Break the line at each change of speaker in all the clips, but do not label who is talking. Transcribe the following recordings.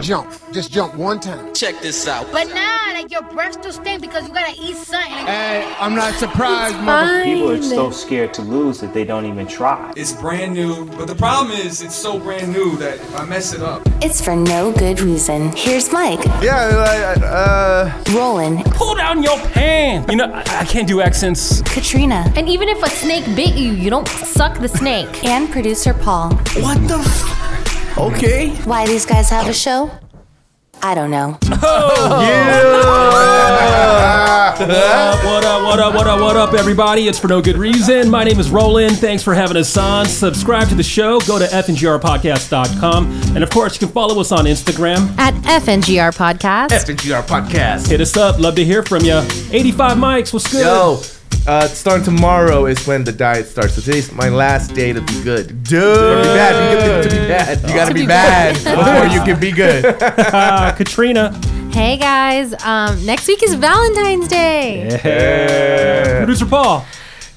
jump. Just jump one time.
Check this out.
But nah, like your breath still stink because you gotta eat something. Like,
Hey, I'm not surprised, mother.
Fine.
People are so scared to lose that they don't even try.
It's brand new, but the problem is it's so brand new that if I mess it up,
It's for no good reason. Here's Mike,
Yeah, I, I, uh,
Roland,
Pull down your pants. You know, I, I can't do accents.
Katrina,
And even if a snake bit you, you don't suck the snake.
and producer Paul.
what the? F- okay.
Why these guys have a show? I don't know.
Up, what up, what up, what up, what up, everybody? It's for no good reason. My name is Roland. Thanks for having us on. Subscribe to the show. Go to fngrpodcast.com. And of course, you can follow us on Instagram.
At FNGR Podcast.
FNGR podcast.
Hit us up. Love to hear from you. 85 mics. What's good?
Yo, uh, starting tomorrow is when the diet starts. So today's my last day to be good. Dude, to be bad, you, can, to be bad. you gotta be bad before you can be good.
Uh, Katrina.
Hey guys, um, next week is Valentine's Day.
Producer Paul.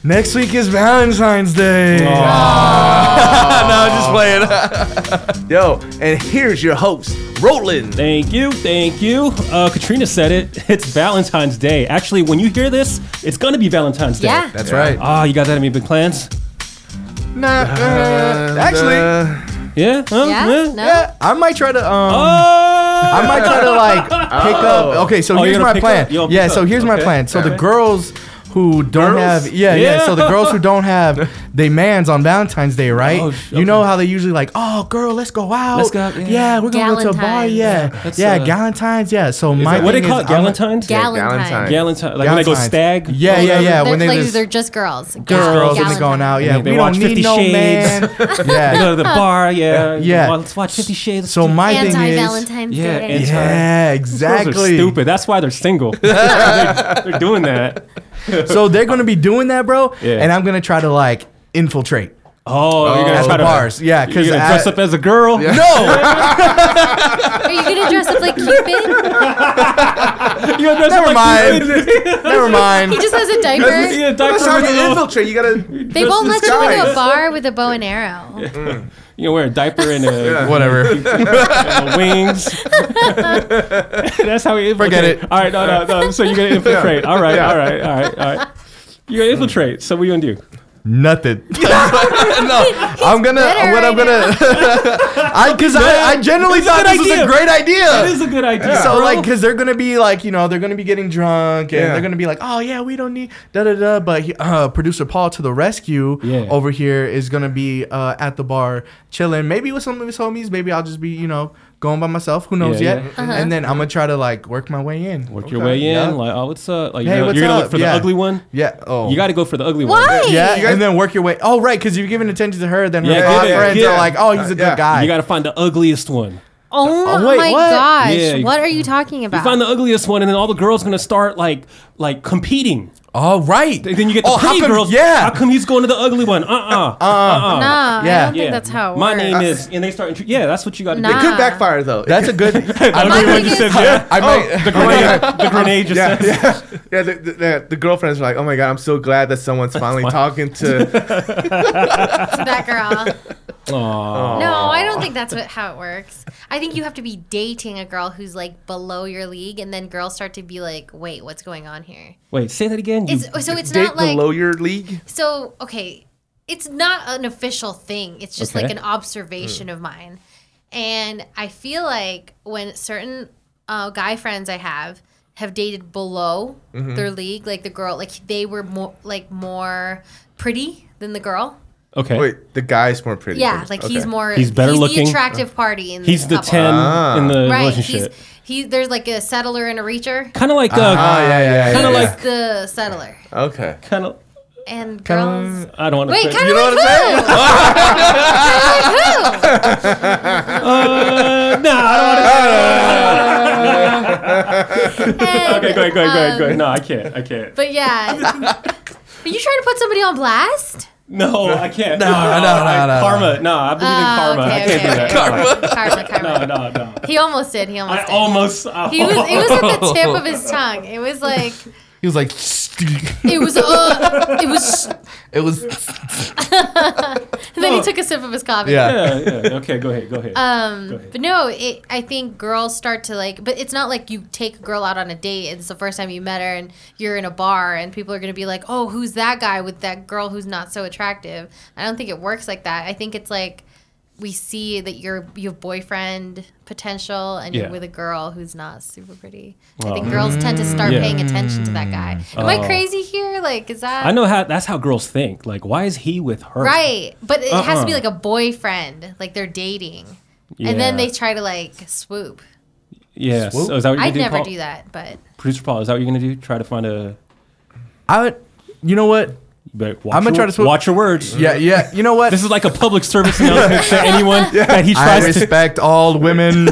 Next week is Valentine's Day. no, I'm just playing. Yo, and here's your host, Roland.
Thank you. Thank you. Uh, Katrina said it. It's Valentine's Day. Actually, when you hear this, it's going to be Valentine's Day.
Yeah.
That's right.
Ah, you got that in me, big plans?
Nah, nah, actually,
Yeah? Huh?
Yeah?
Yeah?
No?
yeah, I might try to. Um,
Oh!
I might try to like pick up. Okay, so
Oh, you're
here's
gonna
my
pick
plan.
up? You'll
Yeah,
pick
so
up.
here's my
Okay.
plan. So the
Alright.
girls who don't have yeah, yeah
Yeah.
so the girls who don't have they mans on Valentine's Day, right?
Oh, sh-
You know
okay.
how they usually like, "Oh, girl, let's go out.
Let's go out, yeah.
Yeah, we're going to go to a bar.
Galentine's.
Yeah. Yeah,
that's, uh,
Galentine's. Yeah. So my
What do
thing
they call
is
it?
I'm like-
Galentine's?
Galentine.
Galentine.
Galentine. Like when they go
Galentine's.
stag?
Yeah, yeah, yeah.
They're,
When they
like,
just
they're just girls.
girls, girls and they going out. Yeah.
And they
we
watch
don't need
50
no man.
Shades. They
Yeah.
go to the bar, yeah.
Yeah.
Well, let's watch Fifty Shades.
So my thing is
Anti Valentine's
Yeah,
Day.
anti-
Yeah,
Those girls
exactly.
are stupid. That's why they're single. they're, they're doing that.
So they're gonna be doing that, bro.
Yeah.
And I'm gonna try to like infiltrate.
Oh, you're gonna
at
try
the
to
bars. Yeah,
You're
because
gonna dress up as a girl.
no,
Are you going to dress up like Cupid?
You're gonna dress
Never
up like
mind. never mind.
He just has a diaper.
Yeah,
That's
diaper
how
with
you
a little-
infiltrate. You gotta.
They won't let you
disguise.
go to a bar with a bow and arrow.
You know, wear a diaper and a,
Whatever.
and a wings. That's how we infiltrate.
Forget it.
All right, no, no, no. So you're gonna infiltrate. All right, all right, all right, all right. You're gonna infiltrate. So what are you gonna do?
Nothing. no, I'm gonna.
better
What I'm
right
gonna. I because I, I generally
a
thought
good
this was
idea.
a great idea.
That is a good idea.
Uh, so
bro.
like, cause they're gonna be like, you know, they're gonna be getting drunk, and
Yeah.
they're gonna be like, oh yeah, we don't need da da da. But he- uh, producer Paul to the rescue
Yeah.
over here is gonna be uh, at the bar chilling, maybe with some of his homies. Maybe I'll just be, you know, going by myself. Who knows
Yeah,
yet? And then I'm gonna try to like work my way in.
work your way in.
Yeah.
Like, oh, what's up? Like,
Hey,
you're, gonna-
what's
you're gonna
up?
look for
Yeah.
the ugly one.
Yeah. Oh.
You got to go for the ugly one.
Why?
Yeah,
You guys-
and then work your way. Oh, right, because you're giving attention to her. Then her
Yeah,
hot
give it-
friends
yeah.
are like, "Oh, he's a good
Uh, Yeah.
guy."
You got to find the ugliest one.
Oh,
wait,
my
what?
gosh.
Yeah, you-
what are you talking about?
You find the ugliest one, and then all the girls gonna start like like competing.
All right.
And then you get the
oh, how
pretty
come-
girls.
Yeah.
How come he's going to the ugly one? Uh uh-uh, uh.
Nah, I
Yeah.
don't think that's how it
My
works.
name is, and they start. intro- Yeah, that's what you got to
Nah.
It
do.
could backfire though.
That's a good. I
My
mean,
thing is,
I might.
Oh, The grenade, the grenade just
Yeah,
says.
yeah.
yeah, the, the, the, the girlfriends are like, "Oh my god, I'm so glad that someone's finally talking to."
that girl.
Aw.
No, I don't think that's what, how it works. I think you have to be dating a girl who's like below your league, and then girls start to be like, "Wait, what's going on here?"
Wait, say that again. You-
It's so it's
Date
not like
below your league.
so okay. It's not an official thing. It's just like
Okay. Hmm.
an observation of mine, and I feel like when certain uh, guy friends I have have dated below
Mm-hmm.
their league, like the girl, like they were more like more pretty than the girl.
okay.
Wait, the guy's more pretty.
Yeah, like he's more.
He's better
he's
looking. Uh,
The attractive party. In
He's the
couple.
ten in the
Right. He's
relationship.
he. There's like a settler and a reacher.
Kind of like uh,
Ah,
Oh yeah, yeah, yeah.
Kinda
He's
yeah.
like-
the settler
Okay.
kind of.
and
Kinda-
girls.
I don't want to.
Wait,
say.
kind of like who? Kinda like who?
Uh, no, I don't want
Ah.
to.
And,
Okay, go ahead, go ahead, go ahead, go
um,
ahead. No, I can't. I can't.
But yeah. Are you trying to put somebody on blast?
No, I can't. No,
no, no,
I-
no.
Karma. No, I believe in karma.
Ah, Oh, okay,
I can't
okay,
do that.
okay. Karma. Karma,
No, no, no.
He almost did. He almost
I
did.
almost. uh,
he was, it was at the tip of his tongue. It was like
He was like,
It was uh, it was.
it was,
And then he took a sip of his coffee.
yeah.
yeah, yeah. Okay, go ahead, go ahead.
Um,
Go ahead.
but no, it, I think girls start to like, but it's not like you take a girl out on a date. and It's the first time you met her, and you're in a bar, and people are gonna be like, "Oh, who's that guy with that girl who's not so attractive?" I don't think it works like that. I think it's like we see that you're you have boyfriend potential, and
Yeah.
you're with a girl who's not super pretty.
Wow.
I think girls tend to start
Yeah. Mm. Oh.
paying attention to that guy. Am I crazy here? Like, is that
I know how that's how girls think. Like, why is he with her?
Right. But it has to be
Uh-uh.
like a boyfriend, like they're dating. And then
Yeah.
they try to like swoop.
Yeah. So Oh, is that what you're
I'd
gonna
never
Paul?
do that, but
Producer Paul, is that what you're gonna do? Try to find a.
I would, you know what?
But watch
I'm gonna
your,
try to sw-
watch your words.
Yeah, yeah. You know what?
This is like a public service announcement to anyone that he
I
tries to.
respect all women.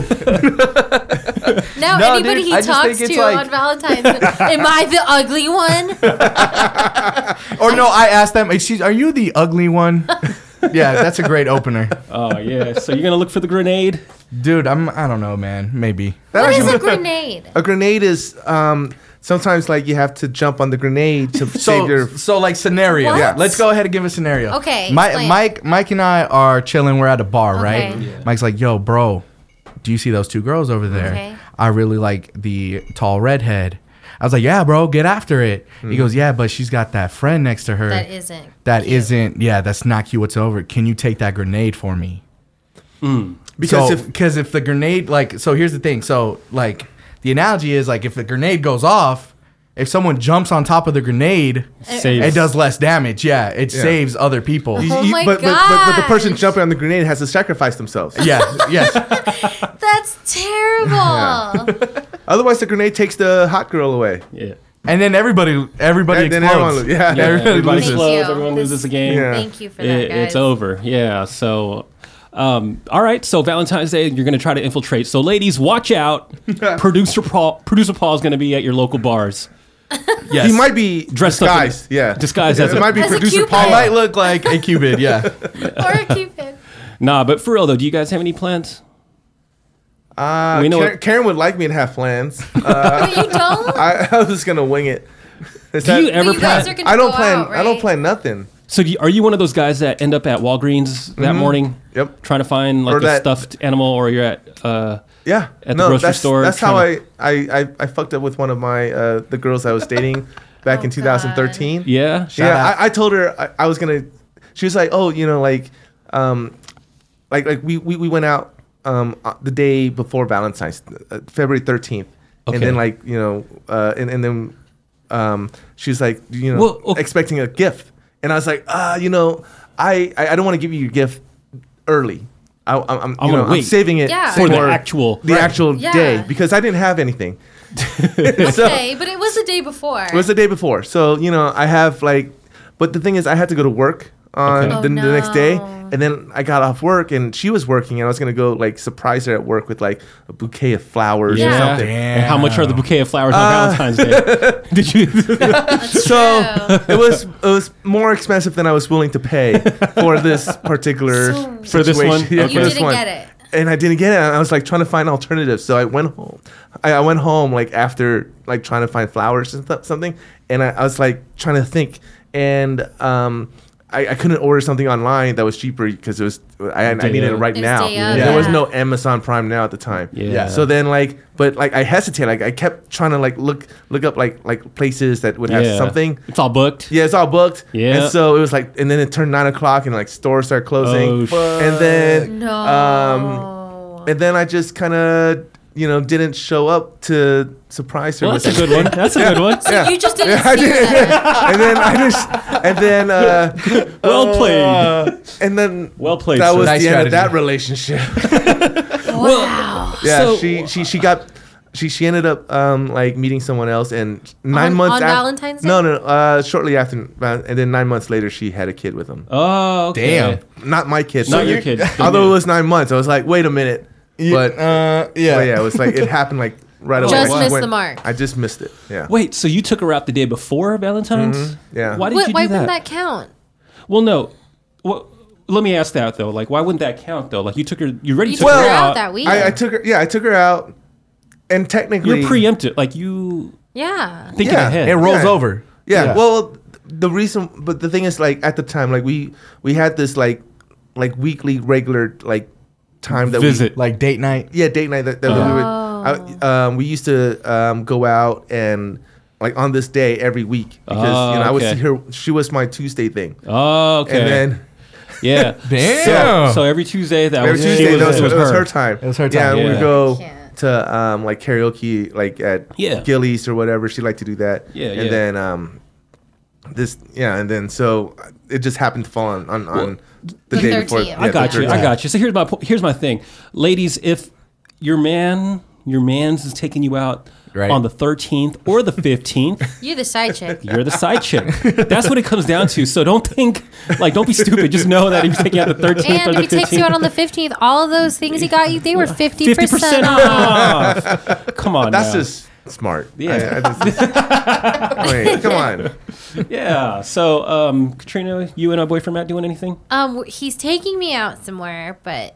no,
No,
anybody
dude,
he
I just
talks
think it's
to
like-
on Valentine's Am I the ugly one?
or no, I asked them, "Excuse, are you the ugly one?" yeah, that's a great opener,
Oh yeah. So you're gonna look for the grenade.
dude. I'm, I don't know, man. Maybe
What is a grenade?
A grenade is um, sometimes like you have to jump on the grenade to
so,
save your.
so like scenario.
What?
Yeah. Let's go ahead and give a scenario.
Okay,
Mike,
explain.
Mike, Mike, and I are chilling. We're at a bar, right?
Okay. Yeah.
Mike's like, "Yo, bro, do you see those two girls over there?
Okay.
I really like the tall redhead." I was like, "Yeah, bro, get after it." He goes, "Yeah, but she's got that friend next to her.
That isn't.
That
cute.
not Yeah, that's not cute whatsoever. Can you take that grenade for me?"
Because
so,
if
because if the grenade like so here's the thing so like the analogy is like if the grenade goes off if someone jumps on top of the grenade
Saves.
it does less damage yeah it saves other people
you-
Oh
you-
my
but, but, but, but the person
gosh.
jumping on the grenade has to sacrifice themselves.
yeah yes
That's terrible.
Otherwise, the grenade takes the hot girl away.
Yeah.
and then everybody everybody
And then
explodes
everyone- yeah.
yeah, everybody,
Everybody
loses.
explodes.
explodes.
you.
Everyone
This-
loses the game.
Yeah.
Thank you for that,
It-
guys.
it's over. Yeah. So, um, all right. So Valentine's Day, you're going to try to infiltrate. So ladies, watch out. Producer Paul, Producer Paul is going to be at your local bars.
yes.
He might be
Dressed up in-
disguised. yeah,
disguised
It,
as a-
might be
As a
producer
cupid.
Paul
Paul.
might look like a cupid yeah
or a cupid.
Nah, but for real though, do you guys have any plans?
Uh,
We know
Karen,
what-
Karen would like me to have plans.
But you don't?
Uh, I, I was just gonna wing it. Is
Do
that-
you ever
But you guys
plan?
are gonna
I don't
go
plan.
out,
I don't
right?
plan nothing.
so do you, are you one of those guys that end up at Walgreens that morning?
Yep.
Trying to find like
Mm-hmm. Or
a
that-
stuffed animal, or you're at. Uh,
Yeah,
At the grocery
that's,
store,
That's how I,
trying
I, I I fucked up with one of my uh, the girls I was dating back
Oh,
in 2013.
yeah.
Shout
yeah,
out.
I, I told her I, I was gonna. She was like, "Oh, you know, like, um, like, like we we, we went out um uh, the day before Valentine's, uh, February thirteenth, and
Okay.
then like you know, uh, and and then, um, she was like, you know,
Well, okay.
expecting a gift, and I was like, ah, you know, I I, I don't want to give you your gift early. I, I'm I'm,
I'm
you
gonna
know, I'm
wait
saving it
Yeah.
For the actual-
eh, the
Right.
actual
Yeah.
day because I didn't have anything. So-
Okay, but it was the day before.
it was the day before. So, you know, I have like, but the thing is, I had to go to work on
Okay.
the,
Oh,
the next day.
no.
And then I got off work and she was working and I was going to go like surprise her at work with like a bouquet of flowers
Yeah.
or
Yeah.
something.
And how much are the bouquet of flowers on
Uh,
Valentine's Day? Did you?
So it was it was more expensive than I was willing to pay for this particular
So-
For this one?
situation. Yeah,
You
for
you
this
didn't
one.
get it.
and I didn't get it. I was like trying to find alternatives. So I went home. I, I went home like after like trying to find flowers and th- something. And I, I was like trying to think, and um, I, I couldn't order something online that was cheaper because it was I, I
Day
needed it
of.
right
It was
now.
day of,
There was
yeah.
no Amazon Prime now at the time.
Yeah.
So then like, but like I hesitated. Like I kept trying to like look look up like like places that would have something.
It's all booked.
Yeah, it's all booked.
Yeah.
And so it was like, and then it turned nine o'clock, and like stores start closing.
Oh,
and then um,
No.
and then I just kind of, you know, didn't show up to surprise her.
Well,
with
that's a good one. That's a good one.
yeah.
You just didn't
Yeah, I
see
did.
that.
and then I just, and then, uh,
Well played.
uh, and then
Well played.
that
sir.
was
Nice
the end
strategy.
of that relationship.
Wow.
yeah,
So-
she she she got. She, she ended up um, like meeting someone else, and nine
On-
months
on
af-
Valentine's Day?
No, no, uh, shortly after, uh, and then nine months later, she had a kid with him.
oh, okay.
Damn.
Not my kid.
Not
so
your
you-
kid.
Although it was nine months, I was like, wait a minute. But
but uh, yeah
But Oh, yeah, it was like it happened like right away.
Just
I
missed
went-
the mark.
I just missed it. Yeah.
Wait, so you took her out the day before Valentine's?
Yeah.
Why did
What,
you do
why
that?
wouldn't that count?
Well, no. Well, let me ask that though. Like, why wouldn't that count though? Like, you took her. You already
You
took
took
her
her out
out.
that week.
I, I took her. Yeah, I took her out, and technically,
You're preempted. Like you.
Yeah.
Thinking
Yeah.
ahead.
It rolls
Yeah.
over.
Yeah.
Yeah.
Well, the reason, but the thing is, like at the time, like we we had this like like weekly regular like time that we,
Visit.
Like date night.
yeah, date night that, that
Oh.
we would. I, um, we used to um, go out and like on this day every week because you know
Oh,
I would
okay.
see her. She was my Tuesday thing,
oh, okay.
and then
yeah.
Damn.
So, so every Tuesday that
every
was,
Tuesday
she was,
that was,
it was
it was
her.
her time.
It was her time,
Yeah, and we
yeah.
would go
Can't.
to um, like karaoke, like at
Yeah.
Gillies or whatever. She liked to do that.
Yeah,
and
yeah.
then um, this, yeah, and then so it just happened to fall on on, on the,
The
day before.
13th.
Yeah,
I got
the
you. I
13th.
got you. So here's my po- here's my thing, ladies. If your man, your man's is taking you out
Right.
on the 13th or the 15th,
You're the side chick.
you're the side chick. That's what it comes down to. So don't think like don't be stupid. Just know that if you're taking out the 13th or
And
the
if he
15th,
takes you out on the 15th, all of those things he got you, they were 50%,
50%
off.
off. Come on,
That's
now.
just smart.
Yeah.
I- I just- Wait, come on.
yeah. So um, Katrina, you and our boyfriend Matt doing anything?
Um, he's taking me out somewhere, but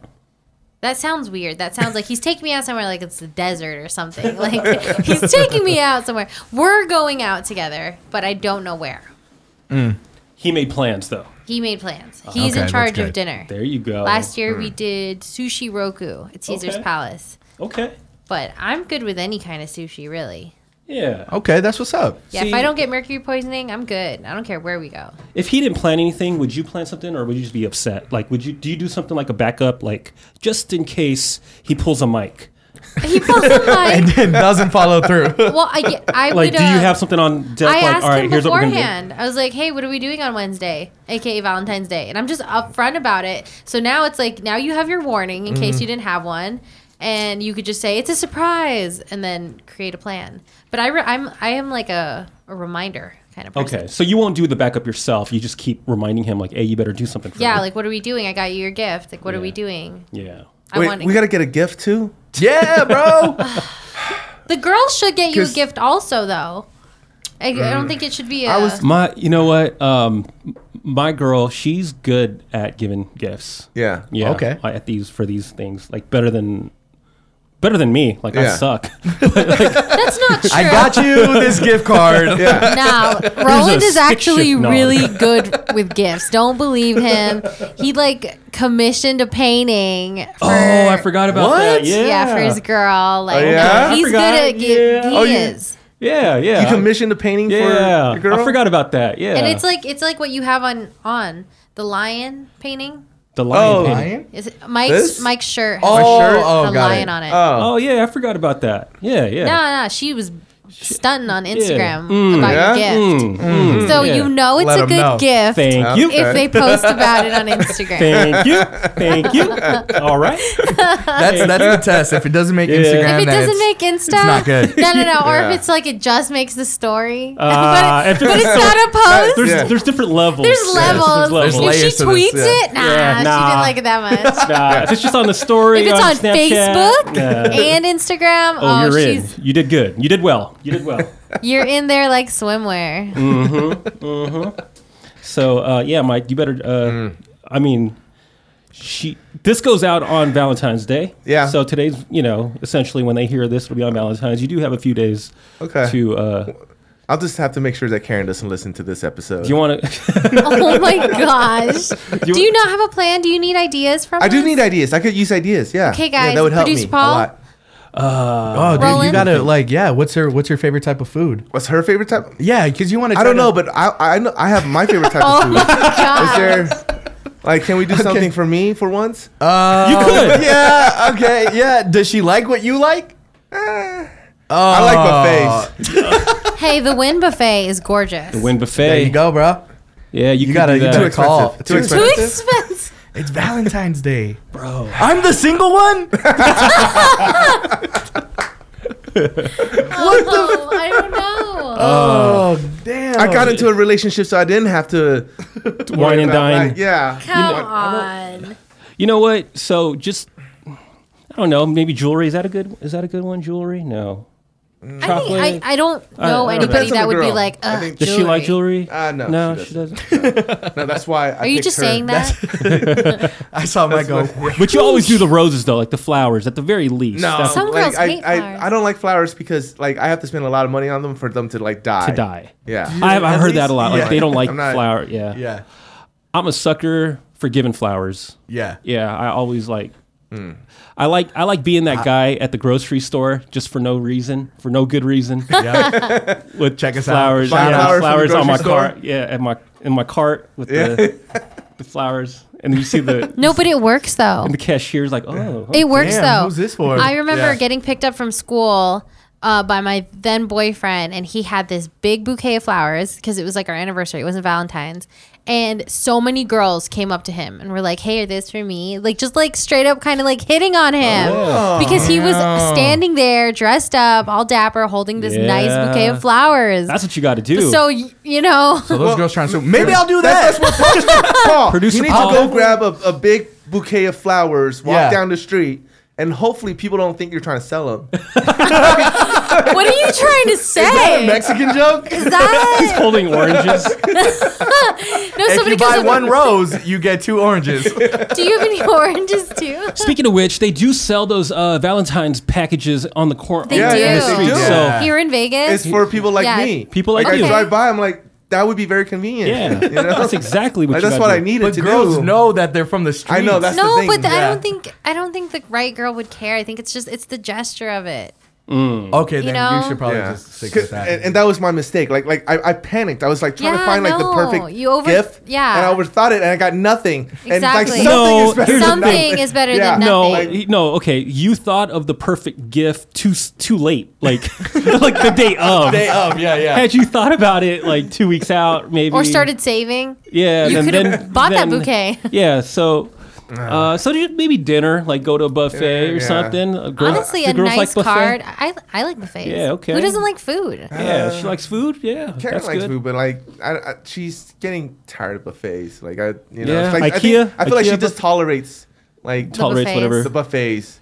that sounds weird. That sounds like he's taking me out somewhere like it's the desert or something. Like he's taking me out somewhere. We're going out together, but I don't know where.
He made plans though.
He made plans. He's
Okay,
in
that's
charge of
good.
dinner.
There you go.
Last year we did sushi roku at
Mm.
Caesar's
Okay.
Palace,
Okay.
but I'm good with any kind of sushi, really.
Yeah.
Okay, that's what's up.
Yeah, if
See-
I don't get mercury poisoning, I'm good. I don't care where we go.
If he didn't plan anything, would you plan something, or would you just be upset? Like, would you do you do something like a backup, like just in case he pulls a mic?
He pulls a mic.
It doesn't follow through.
Well, I get. I
Like,
would,
do you
uh,
have something on deck?
I
like,
asked him
here's what we're gonna
beforehand. I was like, "Hey, what are we doing on Wednesday, aka Valentine's Day?" And I'm just upfront about it. So now it's like now you have your warning in
Mm-hmm.
case you didn't have one, and you could just say it's a surprise and then create a plan. But I re- I'm I am like a, a reminder kind of
do.
person.
Okay, so you won't do the backup yourself. You just keep reminding him, like, hey, you better do something. For
Yeah,
me.
like what are we doing? I got you your gift. Like what are we
Yeah.
doing?
yeah.
I
Wait,
want
we gotta get a gift too.
yeah, bro.
the girls should get you a
'Cause-
gift also though. I, I don't think it should be a.
was-
My, you know what? Um, m- my girl, she's good at giving gifts.
Yeah.
Yeah.
Okay.
I- At these for these things, like better than. Better than me, like I
Yeah.
suck.
that's not true.
I got you this gift card. Yeah.
Now, Roland is
stick
actually
shift nod.
really good with gifts. Don't believe him. He like commissioned a painting. For,
Oh, I forgot about that. Yeah,
Yeah. for his girl. Like
yeah?
no,
I
he's good
forgot.
at gifts.
Yeah.
He
Oh, you-
is.
yeah, yeah.
You commissioned a painting
yeah,
for your girl.
I forgot about that. Yeah,
And it's like it's like what you have on on the lion painting.
the lion.
Oh.
painting.
Is it Mike's
This?
Mike's shirt?
Oh,
Has
shirt?
a
oh, got
lion
it.
on it.
Oh,
Oh yeah, I forgot about that. Yeah, yeah.
No, no, she was stunning on Instagram about
Yeah?
your gift.
Mm, mm.
So
Yeah.
you know it's
Let
a
'em
good
know.
gift
Thank
Yeah.
you.
if they post about it on Instagram.
Thank you. Thank you. All right.
That's that's the test. If it doesn't make
Yeah.
Instagram,
If
then
it doesn't
it's-
make Insta,
not good.
No, no, no. Or
Yeah.
if it's like it just makes the story,
Uh,
but,
if it's
but it's
so-
not a post.
There's
There's,
Yeah.
there's different levels. Yeah,
levels.
There's
if
layers
she
to this,
tweets
yeah.
it, nah,
Yeah,
she
nah.
didn't like it that much.
Nah, if it's just on the story,
If it's on
Snapchat,
Facebook
yeah.
and
Oh,
Instagram, oh,
you're in.
she's
You did good. You did well. You did well.
you're in there like swimwear.
So uh, yeah, Mike, you better. Uh, I mean, she. This goes out on Valentine's Day.
Yeah.
So today's, you know, essentially when they hear this, it'll be on Valentine's. You do have a few days.
Okay.
To uh,
I'll just have to make sure that Karen doesn't listen to this episode.
do you want to?
Oh my gosh! Do you not have a plan? Do you need ideas from?
I do
us?
need ideas. I could use ideas. Yeah.
Okay,
Yeah,
guys,
that would help
producer
me
Paul?
a lot.
oh, dude, you
Roland?
gotta like, yeah. What's her What's your favorite type of food?
What's her favorite type?
Yeah, because you want to.
I don't know, but I I know I have my favorite type
Oh
of
my
food. Is
gosh!
there like can we do something for me for once?
Uh,
You could.
yeah. Okay. Yeah. Does she like what you like? Oh,
I like buffets.
Hey, the Win Buffet is gorgeous.
Win buffet.
There you go, bro.
Yeah,
You
you, could
gotta.
do
You
that.
gotta call.
Too expensive.
Too expensive.
It's Valentine's Day, bro. I'm the single one.
Oh, I don't know.
Uh,
Oh, damn.
I got into a relationship so I didn't have to
wine and
about,
dine.
like, yeah.
Come on.
You know what? So just I don't know. Maybe jewelry is that a good is that a good one? Jewelry? No.
I think
Chocolate?
I, I don't
I-
know
I don't
anybody
know.
that would
Uh,
be
Depends on the
like,
girl. I
Ugh,
think-
Does she like jewelry?
Uh, no,
no,
she
she doesn't.
No, that's why. I
Are you
picked
just
her.
saying that?
I saw him. I go.
But you always do the roses though, like the flowers at the very least.
No,
That's-
Some
like,
girls
I,
hate flowers.
I, I don't like flowers because like I have to spend a lot of money on them for them to like die.
to die.
Yeah.
I, I've
at
heard that a
least-
lot.
yeah.
Like they don't like
I'm not-
flower. Yeah.
Yeah,
I'm a sucker for giving flowers.
yeah.
Yeah, I always like.
Hmm.
I like I like being that guy at the grocery store just for no reason, for no good reason. with
Check us out.
flowers,
Buy
yeah,
flowers from the
flowers on my
grocery store.
cart. Yeah, at my in my cart with the, the flowers, and you see the
no, but it works though.
the cashier's like, oh,
It works
Damn,
though.
who's this for?
I remember
Yeah.
getting picked up from school uh, by my then boyfriend, and he had this big bouquet of flowers because it was like our anniversary. It wasn't Valentine's, and so many girls came up to him and were like, "Hey, are this for me?" Like just like straight up, kind of like hitting on
Oh,
him because he was standing there dressed up, all dapper, holding this nice bouquet
Yeah.
of flowers.
that's what you got to do.
so y- you know,
So those girls trying to.
Maybe I'll do that. That's, what Paul.
Producer
you need
Paul.
to go grab a, a big bouquet of flowers, walk
Yeah.
down the street, and hopefully people don't think you're trying to sell them.
what are you trying to say?
Mexican joke.
Is that-
holding oranges.
no,
If
somebody
you
comes
buy
up.
one rose, you get two oranges.
Do you have any oranges too?
Speaking of which, they do sell those uh, Valentine's packages on the court.
They
Yeah,
do.
yeah,
they do.
So
Here in Vegas.
It's for people like
Yeah.
me.
People like
I
you.
drive by. I'm like, that would be very convenient.
yeah,
You know?
that's exactly what
Like,
you
that's
gotta
what I
do.
needed
but
to
girls
do.
know that they're from the street.
I know, that's- the
no,
thing.
but the, I
Yeah.
don't think I don't think the right girl would care. I think it's just it's the gesture of it.
okay. Then you
know?
should probably
Yeah.
just stick with that.
And, and that was my mistake. Like, like I, I panicked. I was like trying
Yeah,
to find like
no.
the perfect
You over-
gift.
yeah.
And I overthought it, and I got nothing. And like
Exactly.
something
No,
is better
here's the
than
Something
nothing.
is better
Yeah.
than
No,
nothing.
he- no, okay. You thought of the perfect gift too s- too late, like like the day of.
Day of, yeah, yeah.
Had you thought about it like two weeks out, maybe,
or started saving.
Yeah,
You
then,
could
then,
have bought that
then-
bouquet.
Yeah, so. Uh, so do you- maybe dinner, like go to a buffet or
Ah. Yeah.
something. Uh, girls-
Honestly,
do
a
girls
nice
like buffet?
card. I I like buffets.
Yeah, okay.
Who doesn't like food?
Yeah, she likes food. Yeah,
Uh, Karen
that's
likes
good.
food, but like, I, I, she's getting tired of buffets. Like, I, you know,
Yeah.
it's like, I,
IKEA?
think, I feel like
IKEA
she just tolerates like
Tolerates
buffets.
whatever.
the buffets,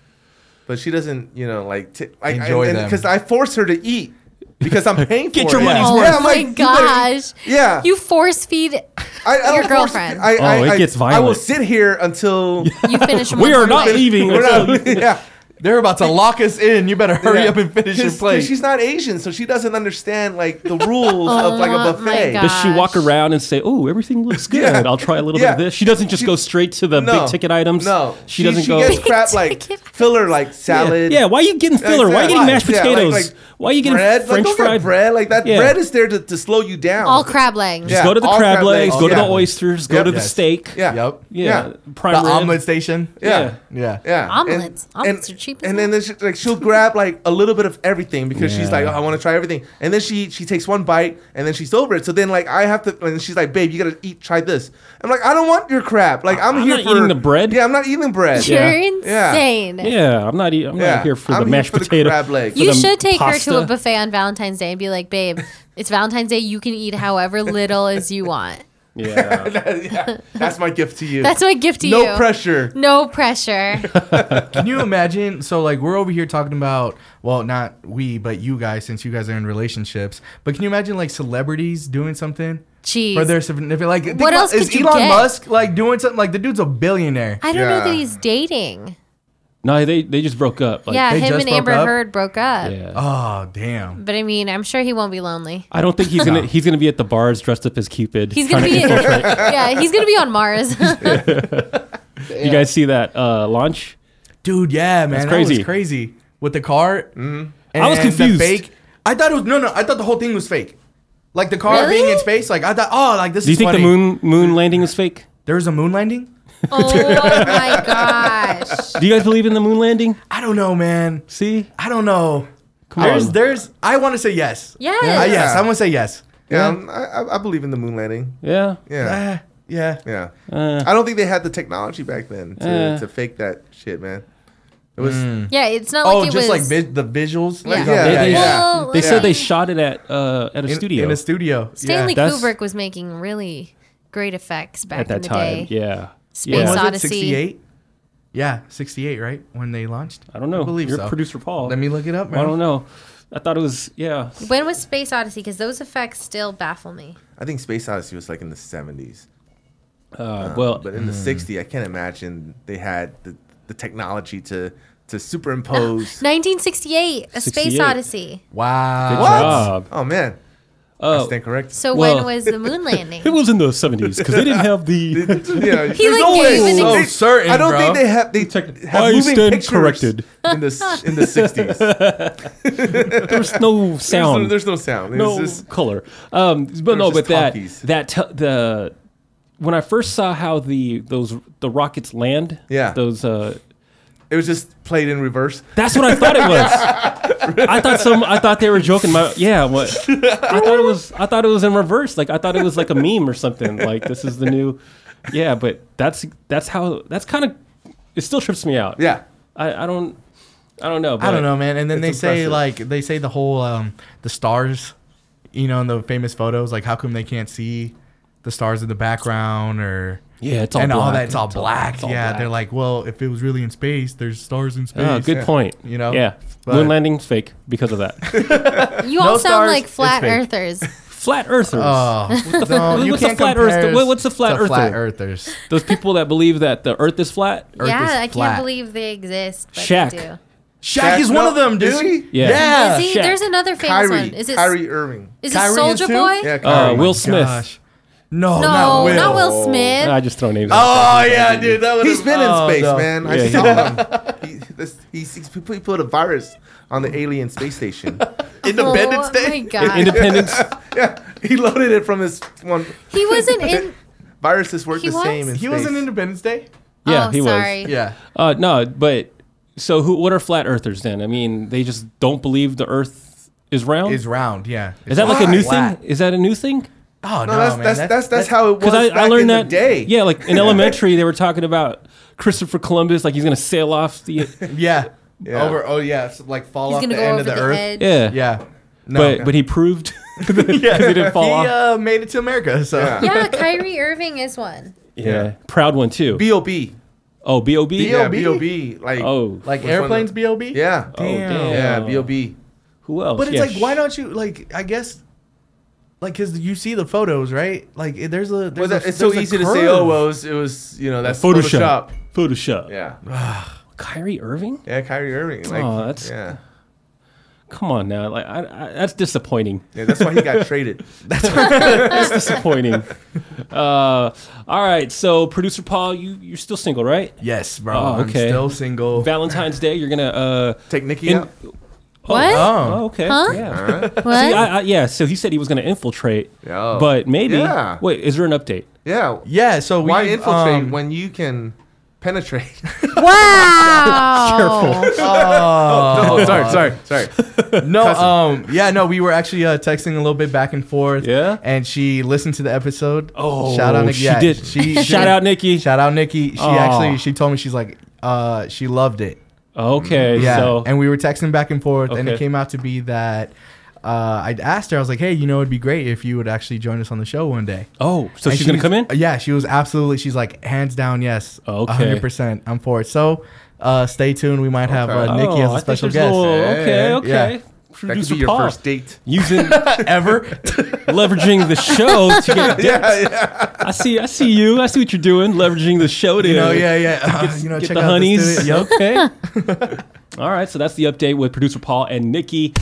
but she doesn't, you know, like t- like
Enjoy them.
because I force her to eat because I'm paying
Get
for
your
it.
money's
yeah.
Oh
worth.
I'm
my
like, you better eat.
gosh!
Yeah.
you force feed.
I, I don't
Your
force-
girlfriend.
I, I,
Oh, it
I-
gets
I will
violent.
sit here until
You finish.
We
one
are not
plate.
leaving.
we're
until you-
not, yeah.
They're about to lock us in. You better hurry
yeah.
up and finish your
'Cause- 'cause
plate.
She's not Asian, so she doesn't understand like the rules of like
Oh my
a buffet.
God.
Does she walk
Gosh.
around and say, "Oh, everything looks good.
Yeah.
I'll try a little
Yeah.
bit of this"? She doesn't just
She-
go straight to the
No.
big ticket items.
No,
she, doesn't
she
go.
gets crap like
ticket items.
filler, like salad.
Yeah, why are you getting filler? Why are you getting mashed
Yeah, like-
potatoes?
like
why are you getting
bread?
French
like, don't get
fried?
bread? Like that
Yeah.
bread is there to, to slow you down.
All crab legs.
Yeah.
Go to the
all
crab
crab
legs.
legs.
Go to the
Yeah.
oysters. Go
Yep.
to the
Yes.
steak.
Yeah.
Yep.
yeah.
Yeah.
Prime
The
rib.
omelet station.
Yeah.
Yeah.
Yeah.
Yeah,
Omelets.
And,
Omelets
and,
are cheap as
And
hell.
then there's just, like she'll grab like a little bit of everything because she's like,
Yeah.
oh, I want to try everything. And then she she takes one bite and then she's over it. So then like I have to, and she's like, babe, you gotta eat. Try this. I'm like, I don't want your crap. Like I'm,
I'm
here
not
for
eating the bread.
Yeah, I'm not eating bread.
You're
Yeah.
Yeah.
insane.
Yeah, I'm not. eat- I'm
Yeah.
not here for
I'm
the
here
mashed
for the
potato.
crab leg.
for
You
the
should take her to a
pasta.
buffet on Valentine's Day and be like, babe, it's Valentine's Day. You can eat however little as you want.
Yeah.
Yeah. That's my gift to you.
That's my gift to
no
you.
pressure.
No pressure.
Can you imagine? So like we're over here talking about well, not we, but you guys, since you guys are in relationships. But can you imagine like celebrities doing something
Jeez.
for their significant? Like think
What
about-
else
is
could you
Elon
get?
Musk like doing something? Like the dude's a billionaire.
I don't know that
Yeah.
he's dating.
no, they they just broke up. Like,
yeah,
they
him
just
and
broke
Amber
up?
Heard broke up.
yeah.
Oh damn.
But I mean, I'm sure he won't be lonely.
I don't think he's gonna he's gonna be at the bars dressed up as Cupid.
He's gonna
trying
be
to infiltrate.
yeah, he's gonna be on Mars.
You guys see that uh, launch?
Dude, yeah, man, that
crazy.
was crazy with the car. Mm-hmm.
I was confused.
fake. I thought it was no, no. I thought the whole thing was fake. Like the car
Really?
being in space. Like I thought, oh, like this.
Do you
is
think the
funny.
moon moon landing was fake?
There was a moon landing.
oh my gosh.
Do you guys believe in the moon landing?
I don't know, man.
See,
I don't know.
Come
there's,
on.
there's. I want to say yes.
Yes.
Uh, yes, I want to say yes.
Yeah, I'm- I, I- I believe in the moon landing.
yeah.
Yeah,
Uh, yeah.
yeah.
Uh,
I don't think they had the technology back then to,
Uh.
to fake that shit, man. It was
Yeah, it's not
Oh,
like it
just like
was
vi- the visuals.
Yeah.
yeah,
They-
yeah,
they-
yeah.
Well,
They said
like,
they shot it at uh, at a
In,
studio
in a studio.
Stanley
Yeah. That's-
Kubrick was making really great effects back
at that
in the
time.
day.
Yeah.
Space
Yeah.
Was it
Odyssey.
68? Yeah, 68, right? When they launched?
I don't know.
I believe
You're
so.
producer Paul.
Let me look it up, man.
I don't know. I thought it was yeah.
When was Space Odyssey? Because those effects still baffle me.
I think Space Odyssey was like in the 70s.
Uh, well,
But in the 60s, I can't imagine they had the, the technology to to superimpose.
1968, A Space
68.
Odyssey.
Wow.
What? job.
Oh, man. I
Oh.
stand correct.
So
Well-
when was the moon landing?
It was in the 70s because they didn't have the.
yeah,
He like gave an
so
ex-
certain,
I don't
bro.
think they have they
Techni-
have
I
moving
stand
pictures
corrected.
in the s- in the 60s. There's
There's no
no-
sound.
There's, no sound. It's
no
just-
color. Um, but no,
just
but that
talkies.
that te- the when I first saw how the those the rockets land,
Yeah.
those uh,
it was just played in reverse.
that's what I thought it was. I thought some I thought they were joking. My yeah, what I thought it was I thought it was in reverse. Like I thought it was like a meme or something. Like this is the new, yeah. But that's that's how that's kind of it still trips me out.
Yeah.
I, I don't I don't know. But
I don't know, man. And then they
It's
say
impressive.
like they say the whole um, the stars, you know, in the famous photos. Like, how come they can't see the stars in the background or
Yeah, it's all
and all
black. Oh,
that? It's all
It's all-
black.
it's all
yeah,
black.
they're like, well, if it was really in space, there's stars in space.
Uh, good point.
You know?
yeah.
But-
Moon landing's fake because of that.
you all sound
stars,
like
it's
flat
fake.
earthers.
Flat earthers.
Oh, no, you
what's the
can't
flat
compare
earth-
us
what- what's the flat
to flat
earther?
earthers?
Those people that believe that the Earth is flat.
Earth
yeah,
is
I can't
flat.
believe they exist. But
Shaq.
They do.
Shaq is
No,
one of them,
is
dude.
he?
Yeah.
is he,
Shaq.
there's another famous
Kyrie.
one. Is it
Kyrie Irving.
is it
Kyrie is
Soldier
too?
Boy?
Yeah, Kyrie.
Uh, Will Smith.
Oh Gosh. No,
no,
not Will.
not Will Smith.
I just throw names.
Oh yeah, dude. That would've-
He's been in
oh,
space,
no.
man. I
Yeah,
saw him. He, this, he, sees people- he put a virus on the alien space station.
Independence Day. Oh, my god,
Independence.
yeah, he loaded it from his one.
he wasn't in.
Viruses work
He
the
was?
same. In
He
space.
was in Independence Day.
Yeah,
oh,
he was.
sorry.
Yeah.
Uh, no, but so who? What are flat earthers then? I mean, they just don't believe the Earth is round.
Is round. Yeah.
Is that like a new
Flat.
thing? Is that a new thing?
Oh no,
No, that's,
man.
that's, that's, that's how it was
Because I,
back
I learned
in
that
the day.
Yeah, like in elementary, they were talking about Christopher Columbus, like he's gonna sail off the.
Yeah.
Yeah.
Over. Oh yeah. it's like fall
He's
off
gonna
the
go
end
over
of
the,
the, earth.
edge.
Yeah,
Yeah. No.
but but he proved because he didn't fall
he
off.
uh, made it to America. So.
Yeah.
yeah, Kyrie Irving is one.
Yeah. proud one too.
B.O.B.
oh, B O B.
Yeah,
B.O.B.?
B.O.B. Like,
Oh,
Was
Like
one of
airplanes,
the-
bob.
yeah.
Oh,
Damn.
Yeah, B.O.B.
Who else?
But it's
Yeah,
like, why
sh-
don't you like? I guess. Like, cause you see the photos, right? Like, it- there's a. There's
Well, that,
a
it's so
there's a
easy to say, oh,
curve.
well, it was, it was you know, that's
Photoshop?
Photoshop.
Photoshop.
Yeah.
Kyrie Irving.
Yeah, Kyrie Irving. Like,
Oh, that's-
yeah.
Come on now, like I, I, that's disappointing.
yeah. That's why he got traded.
That's disappointing. uh, all right, so producer Paul, you you're still single, right?
Yes, bro.
Oh, okay.
I'm still single.
Valentine's Day, you're gonna uh,
Take Nikki
in-
out.
What?
Oh, okay.
Huh?
Yeah.
what?
See, I, I, yeah. So he said he was gonna infiltrate,
Yeah.
but maybe.
Yeah.
Wait, is there an update?
Yeah.
Yeah. So we
Why infiltrate
um,
when you can penetrate?
wow.
oh, sorry, sorry,
Uh,
sorry.
No, um, yeah, no, we were actually uh, texting a little bit back and forth.
Yeah?
and she listened to the episode.
Oh,
shout out Nikki!
she
Yeah,
did. Shout out Nikki.
Shout out Nikki! She
Aw.
actually she told me she's like, uh, she loved it.
Okay.
Yeah,
So
and we were texting back and forth, and
Okay.
it came out to be that. Uh, I asked her. I was like, "Hey, you know, it'd be great if you would actually join us on the show one day."
oh, so
And
she's gonna
was-
come in.
uh, Yeah, she was absolutely. She's like hands down, yes.
Okay.
a hundred percent. I'm for it. So, uh, stay tuned. We might have uh, Nikki
Oh,
as a
I think
special
there's
guest.
little- okay.
Yeah.
Okay. Producer
That could be your
Paul
first date.
using
Ever?
leveraging the show to get dicks.
Yeah, yeah.
I see. I see you. I see what you're doing. Leveraging the show to
You know, yeah, yeah. Uh, you know,
get
check
the
out honeys.
honeys. Okay. All right. So that's the update with producer Paul and Nikki.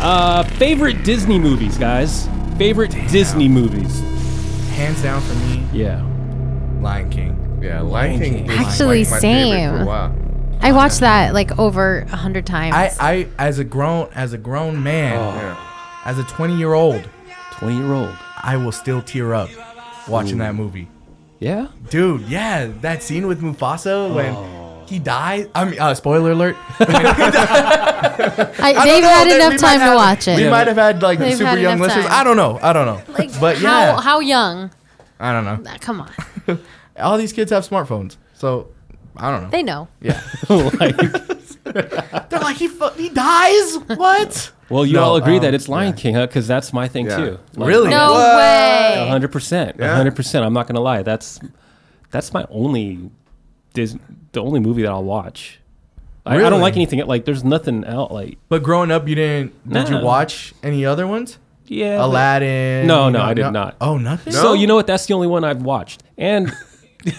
Uh, favorite Disney movies, guys. Favorite Disney movies.
Hands down for me,
Yeah.
Lion King.
Yeah, Lion
King.
King.
Actually,
For a
same.
while.
I watched that like over a hundred times.
I, I, as a grown, as a grown man,
Yeah.
as a 20 year old,
Twenty year old.
I will still tear up watching that movie.
Yeah.
Dude, yeah, that scene with Mufasa when he dies. I mean, uh, spoiler alert.
I,
I
they've
don't know,
had
they-
enough
we
time
might
to
have-
watch it.
We might have had like
They've
super
had
young
enough
listeners.
time.
I don't know. I don't know.
like,
but yeah,
how how young?
I don't know.
Ah, Come on,
All these kids have smartphones, so I don't know.
they know.
yeah,
like,
they're like he fu- he dies. What?
well, you
No,
all agree
um,
that it's Lion King, huh? Because that's my thing
Yeah.
too.
Really?
No
What?
way.
hundred percent,
Yeah.
hundred percent. I'm not gonna lie. That's that's my only Disney, the only movie that I'll watch. I, I don't
Really?
like anything like. There's nothing out like.
But growing up, you didn't. Did
Nah.
you watch any other ones?
Yeah. but-
Aladdin.
No,
you
no,
know,
I did not.
Oh, nothing.
So you know what? That's the only one I've watched. And